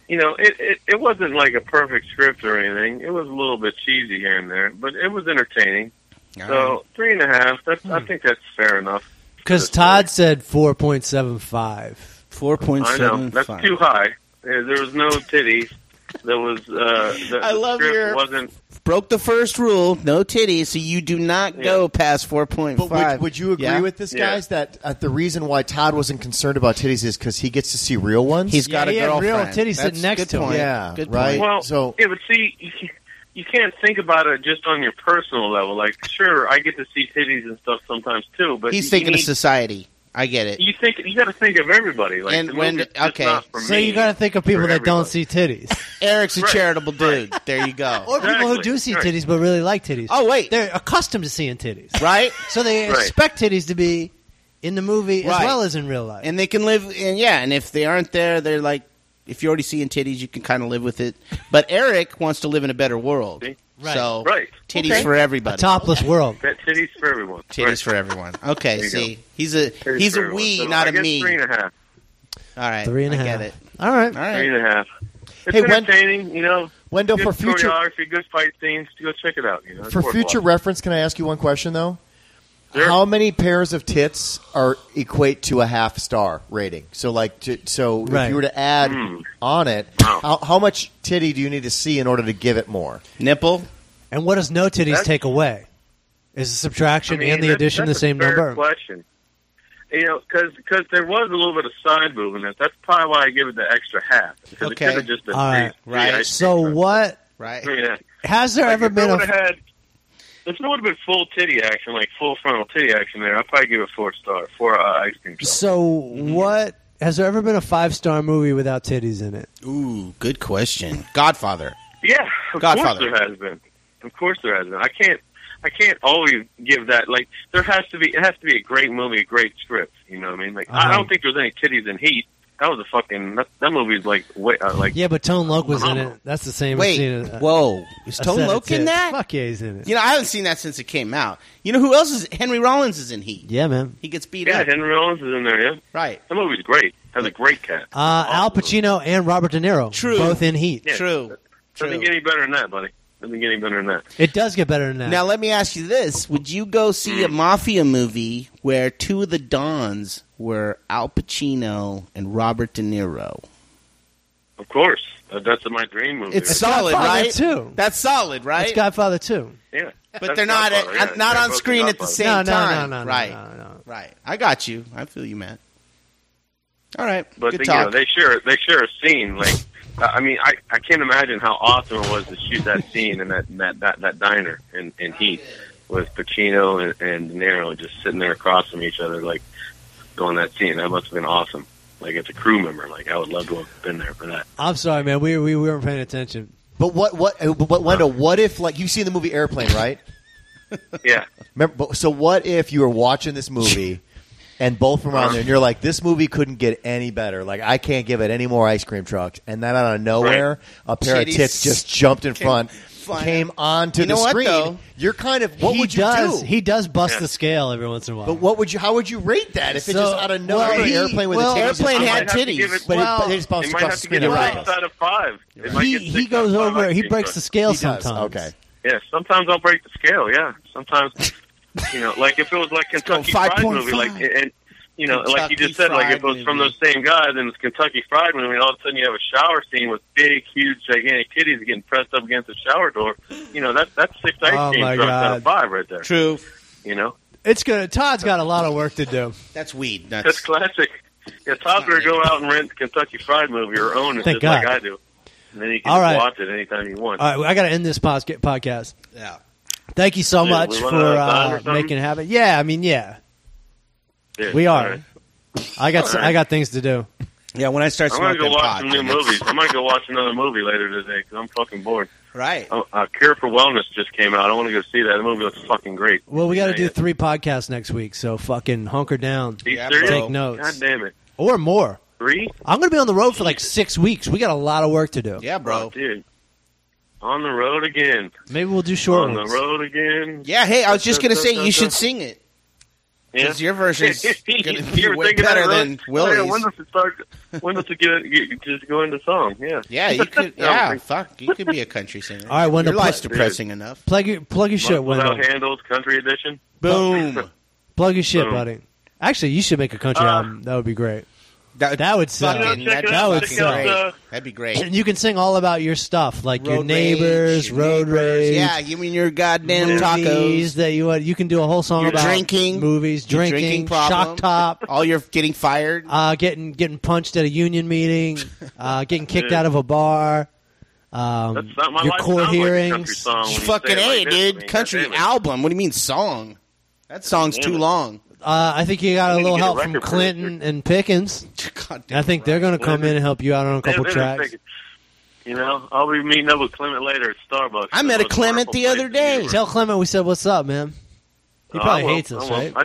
you know it, it it wasn't like a perfect script or anything. It was a little bit cheesy here and there, but it was entertaining. So three and a half. That's I think that's fair enough. Because Todd said four point seven five. Four point I know seven that's five. too high. Uh, There was no titties. There was uh, the, I the love script your- wasn't Broke the first rule. No titties. So you do not go past four point But five. would, would you agree Yeah? with this, Yeah. guys? That uh, the reason why Todd wasn't concerned about titties is because he gets to see real ones. He's got Yeah, a he had real girlfriend. titties sitting That's next good to him. point. Yeah, good right. Point. Well, So- yeah, but see, you can't- you can't think about it just on your personal level. Like, sure, I get to see titties and stuff sometimes too, but He's you thinking of need, society. I get it. you think you got to think of everybody. Like, And the when- movie's just okay. not for So me, you got to think of it's people for that don't everybody. see titties, Eric's a Right, charitable dude. There you (laughs) or go. people who Exactly, do see right. titties but really like titties. Oh, wait. they're accustomed to seeing titties, right? so they Right. expect titties to be in the movie as Right. well as in real life. And they can live and yeah, and if they aren't there, they're like if you're already seeing titties, you can kind of live with it. But Eric wants to live in a better world. See? Right. So Right. titties for a everybody. topless world. That titties for everyone. Titties Right. for everyone. Okay, There you see. He's a Titties he's for a everyone. we, So not I a guess me. Three and a half. All right. Three and a I half. get it. All right. All right. Three and a half. It's Hey, when- entertaining, you know. Wendell, good for future- choreography, good fight scenes. Go check it out. You know, it's For worthwhile. future reference, can I ask you one question though? Sure. How many pairs of tits are equate to a half star rating? So, like, to, so if Right. you were to add on it, Hmm. Wow. how, how much titty do you need to see in order to give it more? Nipple. And what does no titties That's- take away? Is the subtraction and the that's- addition the that's a same fair number? Question. You know, because there was a little bit of side movement. That's probably why I give it the extra half. Because Okay. It could have just been All right. three- three Right. ice So cream what Right. cones. Yeah. has there uh, Like, ever if I been would've a had, if there would have been full titty action, like full frontal titty action, there, I'd probably give it four star, four uh, ice cream. cones. so Mm-hmm. what has there ever been a five star movie without titties in it? Ooh, good question. Godfather. Yeah, of Godfather. course there has been. Of course there has been. I can't. I can't always give that. Like there has to be. It has to be a great movie, a great script. You know what I mean? Like I Uh-huh. don't think there's any titties in Heat. That was a fucking. That, that movie's like way. Uh, like Yeah, but Tone Loc was in Uh-huh. it. That's the same. as seeing Wait, a- whoa. Is a Tone set of Loc in tits. that? Fuck yeah, he's in it. You know, I haven't seen that since it came out. You know who else is? Henry Rollins is in Heat. Yeah, man. He gets beat yeah, up. Henry Rollins is in there. Yeah, Right. that movie's great. Has a great cast. Uh, Al Pacino and Robert De Niro, True. both in Heat. Yeah. True. Doesn't True. get any better than that, buddy. Doesn't get any better than that. It does get better than that. Now let me ask you this: Would you go see a mafia movie where two of the dons were Al Pacino and Robert De Niro? Of course, uh, that's my dream movie. It's solid, Godfather right? too. That's solid, right? it's Godfather too. yeah, but they're not at, not on screen at the same No, no, no, time. no, no, right. no, no. Right. I got you. I feel you, man. All right. But Good they, you know, talk. they sure they sure a scene. Like, I I mean, I, I can't imagine how awesome it was to shoot (laughs) that scene in that that that, that diner in, in Heat with Pacino and, and De Niro just sitting there across from each other, like doing that scene. That must have been awesome. Like, it's a crew member. Like, I would love to have been there for that. I'm sorry, man. We we weren't paying attention. But what, what, uh, but what, Wendell? What if, like, you've seen the movie Airplane, right? (laughs) Yeah, Remember, but, so what if you were watching (laughs) this movie and both were on there and you're like, this movie couldn't get any better. Like, I can't give it any more ice cream trucks. And then out of nowhere, a pair Titties of tits just jumped in front, flying came onto You know the what, screen. though? You're kind of, what he would you does, do? He does bust Yeah. the scale every once in a while. but what would you, how would you rate that if it So- just out of nowhere, well, an he- airplane with well, a titty just- Airplane I had might have to give titties. it- But, well, it, but it just they bounced might across have the to screen. get a and six everything. out of five. They might he get six he out goes of five over. ice He cream breaks trucks. the scale He does. sometimes. Okay. Yeah, sometimes I'll break the scale. Yeah, sometimes you know, like if it was like (laughs) Kentucky go, Fried 5.5. movie, like and you know, like Kentucky you just said, like if it Fried was from movie. those same guys and it's Kentucky Fried movie, and all of a sudden you have a shower scene with big, huge, gigantic titties getting pressed up against the shower door. You know, that that's six ice Oh, cream my trucks out of God. five right there. True. You know, It's gonna. Todd's got a lot of work to do. That's weed. that's That's classic. Yeah, Todd's gonna go out and rent the Kentucky Fried movie or own it, Thank just like God. I do. And then you can All right. watch it anytime you want. All right, well, I got to end this pos- podcast. yeah. Thank you so Yeah, much we for run out of time uh, or something? making it happen. Yeah, I mean, yeah, Yeah, we all are. right. I got s All I right. I got things to do. Yeah. When I start I'm gonna smoking go watch pot, some new then it's- movies. I'm gonna go watch another movie later today because I'm fucking bored. Right. Oh, uh, Cure for Wellness just came out. I want to go see that. The movie looks fucking great. Well, we got to do Yeah, three podcasts next week, so fucking hunker down yeah. Are you Yeah, serious? take notes. God damn it. or more. Three? Oh, I'm going to be on the road for like six weeks. We got a lot of work to do. Yeah, Oh, bro. dude. On the road again. Maybe we'll do short On the ones. road again. Yeah. Hey, I was just gonna say you should Yeah. sing it. Yeah. 'Cause your (laughs) version's gonna be You were way thinking better that, right? than Oh, yeah, Willie's. When does it start? When does it get, get just go into song? Yeah. Yeah, you (laughs) could. I don't Yeah, think- fuck, you could be a country singer. All right, when your the pla- life's depressing enough. Plug your plug your shit, Without Wendell. Handles, Country Edition. Boom. Plug your shit, Boom. buddy. Actually, you should make a country Uh, album. That would be great. That would suck. You know, Fucking- check that'd it be out. would Check fucking out, suck. great. uh, That'd be great. And you can sing all about your stuff, like your Road neighbors, rage, road neighbors. rage. Yeah, give me your goddamn movies tacos. that you want. You can do a whole song Your about drinking, movies, your drinking, problem. shock (laughs) top, All you're getting fired. uh, getting getting punched at a union meeting, (laughs) uh, getting kicked Yeah. out of a bar, um, That's not my your life court sounds like a country hearings. song when you say fucking it like a, this. I dude. mean, country goddamn it. album. What do you mean song? That song's Damn too it. long. (laughs) uh, I think you got a We need to little get a help from record Clinton and Pickens. Goddamn. I think they're going to Well, come they- in and help you out on a They- couple they don't tracks. take it. You know, I'll be meeting up with Clement later at Starbucks. uh, I met a Most Clement wonderful the other place in New day. York. Tell Clement we said what's up, man. He I probably will, hates us, I will. right? Oh,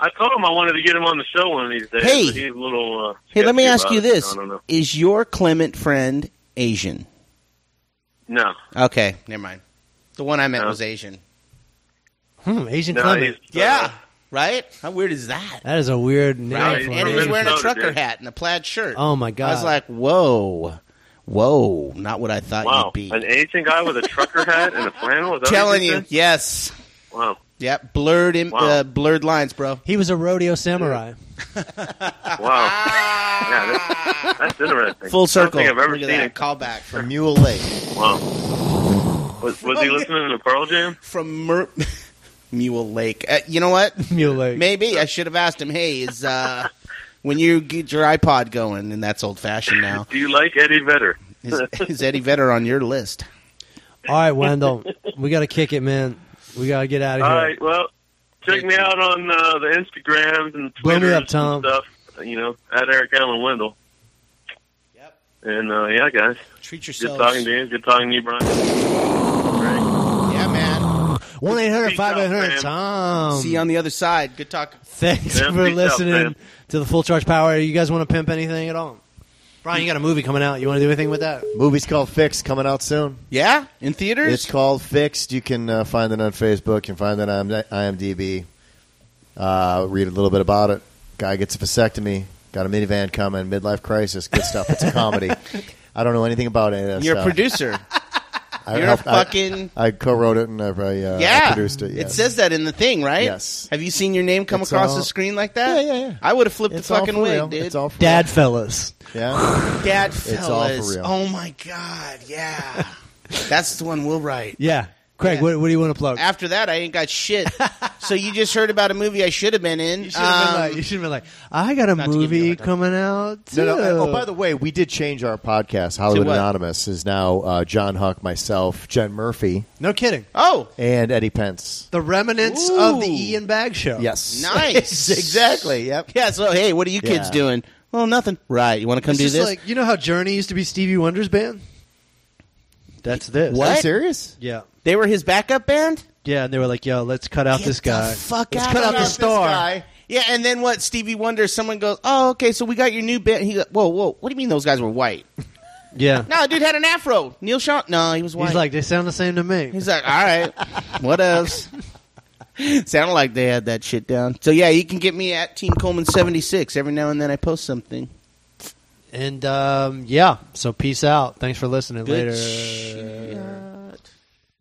I, I told him I wanted to get him on the show one of these days. Hey. but he's a little. Uh, Hey, let me sketchy ask about you it, so this: I don't know. Is your Clement friend Asian? No, Okay, never mind. The one I met No. was Asian. Hmm, Asian no, he's, Clement. Yeah, right. How weird is that? That is a weird name. Right, for he's an and he was Asian. really wearing a floated, trucker dude. hat and a plaid shirt. Oh my god! I was like, whoa. Whoa, not what I thought Wow, you'd be. an Asian guy with a trucker hat and a flannel. Is that what Telling you, said? yes. Wow. Yep, blurred im- Wow. uh, blurred lines, bro. He was a rodeo (laughs) samurai. Wow. yeah, that's, that's interesting. Full circle. I don't think I've ever Look at seen that it. callback (laughs) from Mule Lake. Wow. Was, was he listening to Pearl Jam? from Mer- (laughs) Mule Lake. Uh, you know what? Mule Lake. Maybe I should have asked him. Hey, is uh, (laughs) when you get your iPod going, and that's old fashioned now. Do you like Eddie Vedder? Is, (laughs) is Eddie Vedder on your list? All right, Wendell, we got to kick it, man. We got to get out of All here. right. Well, check me out on uh, the Instagrams and Blow me Twitter up, and Tom. stuff. You know, at Eric Allen Wendell. Yep. And uh, yeah, guys, Treat good yourself. talking to you. Good talking to you, Brian. Great. Yeah, man. 1 800 Peace out, 5800 man. Tom. See you on the other side. Good talk. Thanks Yeah, for peace out, listening man. to the Full Charge Power. You guys want to pimp anything at all? Brian, you got a movie coming out. You want to do anything with that? Movie's called Fixed, coming out soon. Yeah, in theaters. It's called Fixed. You can uh, find it on Facebook. You can find it on IMDb. Uh, read a little bit about it. Guy gets a vasectomy. Got a minivan coming. Midlife crisis. Good stuff. It's a (laughs) comedy. I don't know anything about it. Uh, You're a producer. (laughs) I, You're I- a fucking. I, I co-wrote it and I, I, uh, I yeah, produced it. Yes. says that in the thing, right? Yes. Have you seen your name come It's across all- the screen like that? Yeah, yeah, yeah. I would have flipped it's the fucking all for wig, real. dude. It's all for Dad Fellas. real. Yeah. Dad It's all for fellas. real. Oh my god, yeah. That's the one we'll write. Yeah. Craig, What, what do you want to plug? After that, I ain't got (laughs) shit. so you just heard about a movie I should have been in. Um, You should have been, like, you should've been like, I got a to give you movie a hard time. coming out. Too. No, no, I- oh, by the way, we did change our podcast. Hollywood what? Anonymous is now uh, John Huck, myself, Jen Murphy, No kidding. (laughs) oh, and Eddie Pence. The remnants Ooh. of the Ian Bag Show. Yes. nice. (laughs) exactly. Yep. Yeah. So hey, what are you kids Yeah. doing? Well, nothing. Right. You want to come It's do just this? like you know how Journey used to be Stevie Wonder's band. That's this. Are What? you serious? Yeah, they were his backup band. yeah. And they were like, "Yo, let's cut out Get this the guy. fuck let's out cut of out the this star." Yeah, and then what? Stevie Wonder. Someone goes, "Oh, okay, so we got your new band." He goes, "Whoa, whoa! What do you mean those guys were (laughs) white? Yeah, No, dude had an afro. Neil Sean? No, he was white." he's like, they sound the same to me. He's like, all right, what else? (laughs) Sounded like they had that shit down. So yeah, you can get me at Team Coleman seventy six. Every now and then I post something. and um, yeah, so peace out. Thanks for listening. Good Later. shit.